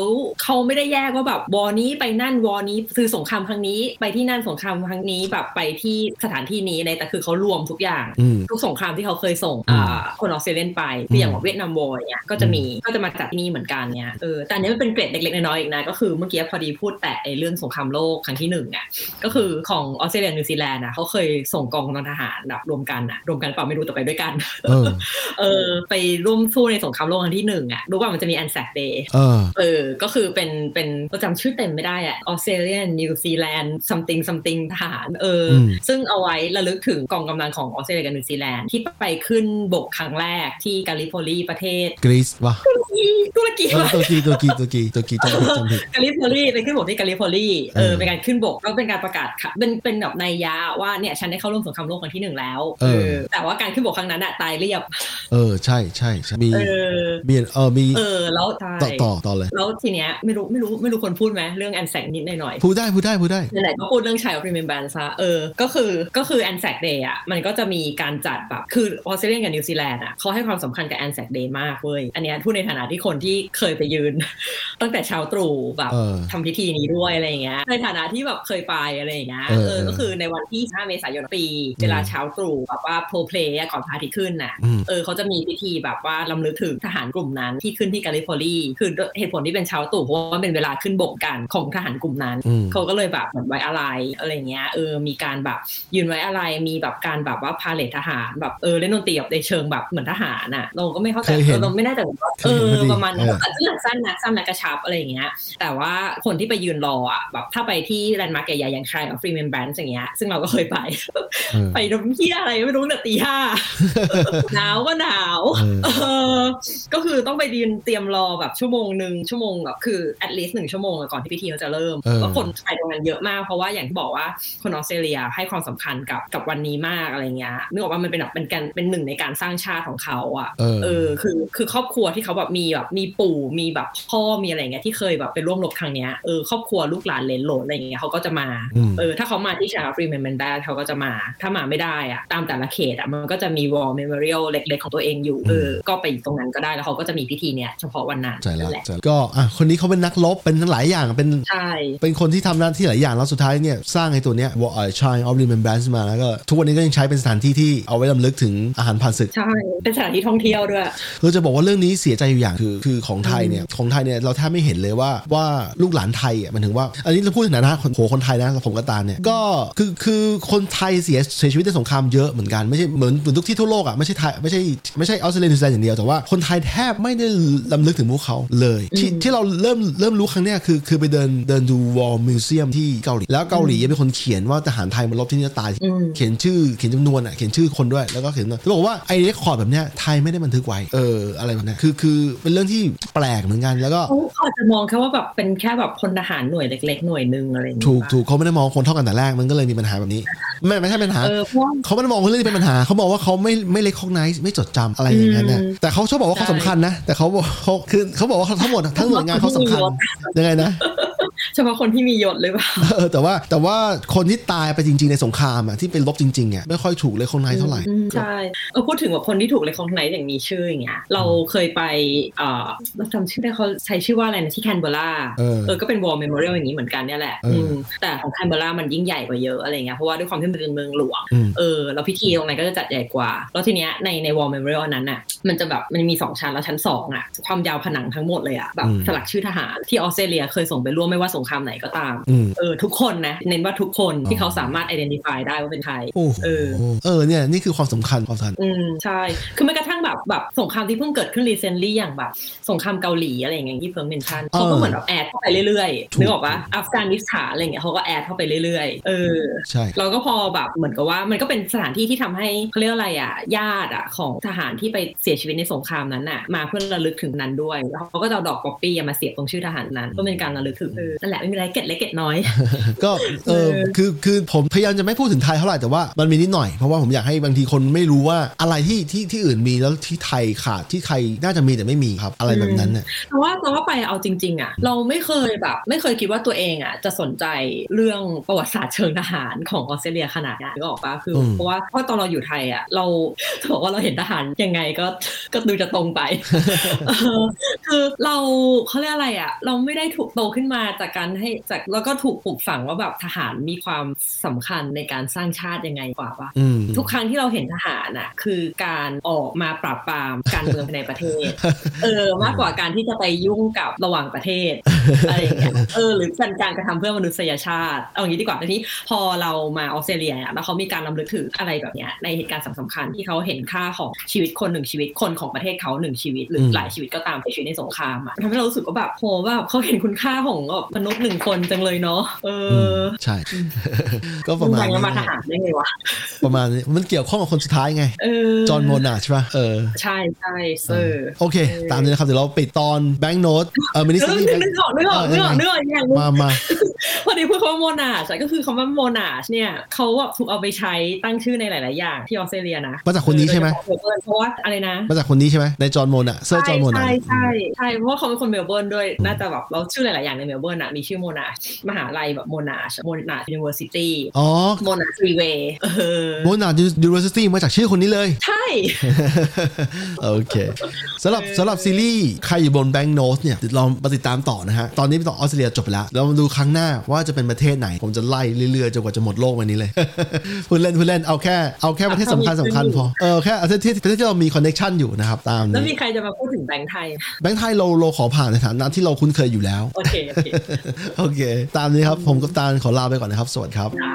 เขาไม่ได้แยกว่าแบบวอนี้ไปนั่นวอนี้คือสงครามครั้งนี้ ไปที่นั่นสงครามครั้งนี้แบบไปที่สถานที่นี้ในแต่คือเขารวมทุกอย่าง อืม ทุกสงครามที่เขาเคยส่ง อืม อ่าคนออสเตรเลียนไปคืออย่างของเวียดนามวอร์เนี่ยก็จะมีก็จะมาจัดที่นี่เหมือนกันเนี่ยเออแต่อันนี้มันเป็นเกรดเล็กๆน้อยๆอีกนะก็คือเมื่อกี้พอดีพูดแต่ไอ้เรื่องสงครามโลกครั้งที่หนึ่งอ่ะก็คือของออสเตรเลียนิวซีแลนด์อ่ะเขาเคยส่งกองกำลังทหารแบบรวมกันอ่ะรวมกันหรือเปล่าไม่รู้แต่ไปด้วยกัน เออ เออไปร่วมสู้ในสงครามโลกครั้งที่หนึ่งอ่ะรู้ว่ามันจะมีแอนแซกเดย์ เออ เออ ก็คือเป็น เป็นประจำชื่อเต็มไม่ได้อะออสเตรเลียนนิวซีแลนด์ something something ทหาร เอออ ม ซึ่งเอาไว้ระลึกถึงกองกำลังของออสเตรเลียกับนิวซีแลนด์ที่ไปขึ้นบกครั้งแรกที่กาลิโพลีประเทศ กรีซวะ ตุรกี เออ วะ ตัวกีตัวกีตัวกีตัวกีจำผิดจำผิด กาลิโพลีไปขึ้นบกที่กาลิโพลีเอ เอ อ อ เป็นการขึ้นบกก็เป็นการประกาศค่ะเป็น เป็นแบบในยยะว่าเนี่ยฉันได้เข้าร่วมสงครามโลกครั้งที่หนึ่งแล้ว เออ แต่ว่าการขึ้นบกครั้งนั้นอะตายเรียบ เออ ใช่ใช่ใช่มี เออ มีเออ มี เออ แล้วใช่ ต่อต่อต่อเลย แล้วทีเนี้ยไม่รู้ ไม่รู้ ไม่รู้คนพูดไหมเรื่องแอนแซกนิดหน่อยๆ พูดได้ พูดได้ พูดได้ นั่นแหละก็พูดเรื่อง Child Remembrance ซะเออ ก็คือ ก็คือ Anzac Day อ่ะ มันก็จะมีการจัดแบบ คือออสเตรเลียกับนิวซีแลนด์อ่ะเขาให้ความสำคัญกับ Anzac Day มากเว้ย อันเนี้ยพูดในฐานะที่คนที่เคยไปยืน (laughs) ตั้งแต่เช้าตรู่แบบ เออ ทำพิธีนี้ด้วยอะไรอย่างเงี้ย ในฐานะที่แบบเคยไปอะไรอย่างเงี้ย เออ เออ ก็คือในวันที่ 5 เมษายนปี เวลาเช้าตรู่แบบว่าโพลเพลย์ก่อนพระอาทิตย์ขึ้นน่ะ อืม เออเขาจะมีพิธีแบบว่าลำลึกถึงทหารกลุ่มนั้นที่ขึ้นที่กาลิโพลีคือเหตุผลที่เป็นเช้าตรู่เพราะว่าเป็นเวลาขึ้นบกกันของทหารกลุ่มนั้น อืม เขาก็เลยแบบเหมือนไว้อะไรอะไรเงี้ยเออมีการแบบยืนไว้อะไรมีแบบการแบบว่าพาเลททหารแบบเออเล่นดนตรีแบบในเชิงแบบเหมือนทหารน่ะเราก็ไม่เข้าใจ เคยเห็น เราไม่แน่ใจว่า เค เอย เห็น อ พอดี ประมาณนั้น เออ แต่เรื่องสั้นนะสั้นและกระชับอะไรเงี้ยแต่ว่าคนที่ไปยืนรออ่ะแบบถ้าไปที่แลนด์มาร์กใหญ่ๆอย่างชายออฟฟรีเมนแบนด์อย่างเงี้ยซึ่งเราก็เคยไป (laughs) เออ ไปน้ำเที่ยอะไรไม่รู้เนี่ยตีห้า (laughs) หนาวก็หนาว เออ เออก็คือต้องไปยืนเตรียมรอแบบชั่วโมงหนึ่งชั่วโมงแบบคือ at least หนึ่งชั่วโมงอะก่อนที่พิธีเขาจะเริ่ม เออ แล้วคนไปตรงนั้นเยอะมากเพราะว่าอย่างที่บอกว่าคนออสเตรเลียให้ความสำคัญกับกับวันนี้มากอะไรเงี้ยนึกออกว่ามันเป็นแบบเป็นการเป็นหนึ่งในการสร้างชาติของเขาอ่ะ เออ เออคือคือครอบครัวที่เขาแบบมีแบบมีปู่มีแบบพ่อมีอะไรเงี้ยที่เคยแบบไปร่วมรบครั้งเนี้ยเออครอบครัวลูกหลานเหลนโหลนอะไรเงี้ยเขาก็จะมา อืม เออถ้าเขามาที่ชาฟรีเมนแมนได้เขาก็จะมาถ้ามาไม่ได้อะตามแต่ละเขตอะมันก็จะมีวอลเมม o r รี l เล็ก ๆ ของตัวเองอยู่เออก็ไปตรงนั้นก็ได้แล้วเขาก็จะมีพิธีเนี้ยเฉพาะวันนั้น ใจละ นั่นแหละ ใจละก็อ่ะคนนี้เขาเป็นนักรบ เป็นทั้งหลายอย่าง เป็น ใช่ เป็นคนที่ทำหน้าที่หลายอย่าง แล้วสุดท้ายเนี่ย สร้างไอ้ตัวเนี้ยวอลชายออฟริมเบนแบนซ์มาแล้วก็ทุกวันนี้ก็ยังใช้เป็นสถานที่ที่เอาไว้ลำลึกถึงอาหารผ่านศึก ใช่เป็นสถานที่ท่องเที่ยวด้วย เราจะบอกว่าเรื่องนี้เสียใจอยู่อย่างคือคือของไทยเนี่ยของไทยเนี่ยเราแท บไม่เห็นเลยว่าว่าลูกหลานไทยอ่ะมันถึงว่า อันนี้เราพูดถึงฐานะคนโหคนไทยนะผมกับตาลเนี่ยก็คือคือคนไทยเสียเสียชีวิตในสงครามเยอะเหมือนกันไม่ใช่เหมือนเหมือนทุกที่ทั่วโลกอ่ะไม่ใช่ไทยไม่ใช่ไม่ใช่ออสเตรเลียนิวซีแลนด์อย่างเดียวแต่ว่าคนไทยแทบไม่ได้ลำลึกถึงพวกเขาเลยที่ที่เราเริ่มเริ่มรู้ครั้งเนี้ยคือคือไปเดินเดินดูวอลมิวเซียมที่เกาหลีแล้วเกาหลีเป็นคนเขียนว่าทหารไทยมารบที่นี่ตาย อืม เขียนชื่อเขียนจำนวนอ่ะเขียนชื่อคนด้วยแล้วก็เขียนจำนวนแล้วบอกว่าไอ้เรคคอร์ดแบบเนี้ยไทยไม่ได้บันทึกไว้เอออะไรแบบเนี้ยคือคือเป็นเรื่องที่แปลกเหมือนกันแล้วก็ เขาเขาอาจจะมองแค่ว่าแบบเป็นแค่แบบพลทหารหน่วยเล็ก ๆ หน่วยหนึ่งอะไรอย่างเงี้ย ถูกถูกเขาไม่ได้มองคนเท่ากันแต่แรกมันก็เลยมีปัญหาแบบนี้ ไม่ไม่ใช่ปัญหา เออเพราะว่า เขาไม่ได้มองว่าเรื่องนี้เป็นปัญหาเขาบอกว่าเขาไม่ไม่เล็กคอกไนซ์ไม่จดจำอะไรอย่างนั้นนะ อืม แต่เขาชอบบอกว่าเขา ใช่ สำคัญนะ แต่เขาบอกเขาคือเขาบอกว่าทั้งหมดทั้งหน่วยงานเขาสำคัญยังไงนะ (laughs) เฉพาะคนที่มียศหรือเปล่า เออแต่ว่าแต่ว่าคนที่ตายไปจริง ๆในสงครามอ่ะที่เป็นลบจริงๆเนี่ยไม่ค่อยถูกเลยคอกไนซ์เท่าไหร่ อืมใช่เออพูดถึงว่าคนที่ถูกเลยของไหนอย่างมีชื่ออย่างเงี้ยเราเคยไปเอ่อเราจำชื่อได้เขาใช้ชื่อว่าอะไรนะที่แคนเบอร์รา เออ ก็เป็นวอลเมมโมเรียลอย่างนี้เหมือนกันเนี่ยแหละ เอออื มแต่ของแคนเบอร์รามันยิ่งใหญ่กว่าเยอะอะไรเงี้ยเพราะว่าด้วยความที่มันเป็นเมืองหลวง อืม เออแล้วพิธีตรงนั้นก็จะจัดใหญ่กว่า แล้วทีเนี้ยในในวอลเมมโมเรียลอันนั้นอ่ะมันจะแบบมันมี 2 ชั้น แล้วชั้น 2 อ่ะ ความยาวผนังทั้งหมดเลยอ่ะ แบบ อืม สลักชื่อทหารที่ออสเตรเลียเคยส่งไปร่วมไม่ว่าสงครามไหนก็ตาม อืม เออ ทุกคนนะ เน้นว่าทุกคน อ๋อ ที่เขาสามารถ identify ได้ว่าเป็นใคร โอ้โห เออ เออเนี่ยนี่คือความสำคัญความสำคัญ อืม ใช่ คือแม้กระทั่งแบบแบบสงครามที่เพิ่งเกิดขึ้น recently อย่างแบบ สงครามเกาหลีอะไรอย่างเงี้ยที่เพิ่งเมนชั่นเขาก็เหมือนแบบแอดเข้าไปเรื่อย ถู ๆ ก นึกออกปะอัฟกานิสถานอะไรอย่างเงี้ยเขาก็แอดเข้าไปเรื่อยๆเออ ใช่ เราก็พอแบบเหมือนกับว่ามันก็เป็นสถานที่ที่ทำให้เขาเรียกอะไรอ่ะญาติอ่ะของทหารที่ไปเสียชีวิตในสงครามนั้นอ่ะมาเพื่อระลึกถึงนั้นด้วยแล้วเขาก็จะเอาดอกป๊อปปี้มาเสียบตรงชื่อทหารนั้นเพื่อเป็นการระลึกถึงเออนั่นแหละไม่มีอะไรเก็ดเล็กเก็ดน้อย ก็เออ เออ คือคือผมพยายามจะไม่พูดถึงไทยเท่าไหร่แต่ว่ามันมีนิดหน่อยเพราะว่าผมอยากให้บางทีคนไม่รู้ว่าอะไรที่ที่ที่อื่นมีแล้วที่ไทยขาดที่ไทยน่าจะมีแต่ไม่มีครับ อะไรแบบนั้นเนี่ย แต่ว่าแต่ว่าไปเอาจริง ๆ อ่ะ เราไม่เคยแบบ ไม่เคยคิดว่าตัวเองอ่ะจะสนใจเรื่องประวัติศาสตร์เชิงทหารของออสเตรเลียขนาดนั้นนึกออกปะคืออ ม เพราะว่าเพราะตอนเราอยู่ไทยอ่ะเราจะบอกว่าเราเห็นทหารยังไงก็ก็ดูจะต (laughs) รงไป เออคือเราเขาเรียกอะไรอ่ะ เราไม่ได้ถูกโตขึ้นมาจากการให้จากแล้วก็ถูกปลูกฝังว่าแบบทหารมีความสำคัญในการสร้างชาติยังไงกว่าปะ อืม ทุกครั้งที่เราเห็นทหารน่ะคือการออกมาปราบปรามการเมืองภายในประเท (laughs) ศ เออมากกว่าการที่จะไปยุ่งกับระหว่างประเท (laughs) ศ อะไรอย่างเงี้ยเออหรือเป็นการกระทำเพื่อมนุษยชาติเอาอย่างนี้ดีกว่าทีนี้พอเรามาออสเตรเลียอ่ะแล้วเขามีการรำลึกถึงอะไรแบบเนี้ยในเหตุการณ์สำคัญๆที่เขาเห็นค่าของชีวิตคนหนึ่งชีวิตคนของประเทศเขาหนึ่งชีวิตหรืออ ม หลายชีวิตก็ตามในชีวิตในสงครามอ่ะทำให้เรารู้สึกว่าแบบโหว่าเขาเห็นคุณค่าของแบบมนุษย์หนึ่งคนจังเลยเนาะเออ ใช่ (laughs) ก็ประมาณ ง นี้ มาทหารได้ไงวะ ประมาณนี้มันเกี่ยวข้องกับคนสุดท้ายไง เออ จอห์นโมนาใช่ป่ะเออ ใช่ใช่เซอร์ โอเค ตามนี้นะครับ เดี๋ยวเราปิดตอนแบง k n โน e เออมินิ เอ ซี อ รีส์ นึกออกนึกออกนึกออกนึกออกอีกอย่างหนึ่ง มามา พอดีพูดคำว่าโมนาชก็คือคำว่าโมนาชเนี่ยเขาแบบถูกเอาไปใช้ตั้งชื่อในหลาย ๆ อย่างที่ออสเตรเลียนะ มาจากคนนี้ใช่ไหม โดยเฉพาะเมลเบิร์นเพราะว่าอะไรนะ มาจากคนนี้ใช่ไหมในจอห์นโมนาเซอร์จอห์นโมนา ใช่ใช่ใช่ใช่เพราะว่าเขาเป็นคนเมลเบิร์นด้วยน่าจะแบบเราชื่อหลาย ๆ อย่างในเมลเบิร์นอะมีชื่อโมนาชมหาลัยแบบโมนาชโมนาชยูนิเวอร์ซิตี้ อ๋อ โมนาฟรีเวย์เออ โมนายูนิเวอร์ซิตี้มาจากชื่อคนนี้เลย ใช่ (laughs) โอเคสำหรับสำหรับซีรีส์ใครอยู่บนแบง k n โนสเนี่ยเดี๋ยวเรามาติดตามต่อนะฮะ ตอนนี้ตอนออสเตรเลียจบไปแล้ว เรามาดูครั้งหน้าว่าจะเป็นประเทศไหน ผมจะไล่เรื่อยๆจนกว่าจะหมดโลกวันนี้เลย (laughs) พูดเล่นพูดเล่นเอาแค่เอาแค่ประเทศสำคัญสำคัญพอ เออแค่ประเทศที่ประเทศที่เรามีคอนเน t ชันอยู่นะครับ ตาม แล้วมี นี้ ใครจะมาพูดถึงแบงค์ไทย แบงค์ไทยเราเราขอผ่านในฐานะที่เราคุ้นเคยอยู่แล้ว (laughs) โอเคโอเค โอเค ตามนี้ครับผมกับตาลขอลาไปก่อนนะครับ สวัสดีครับ ได้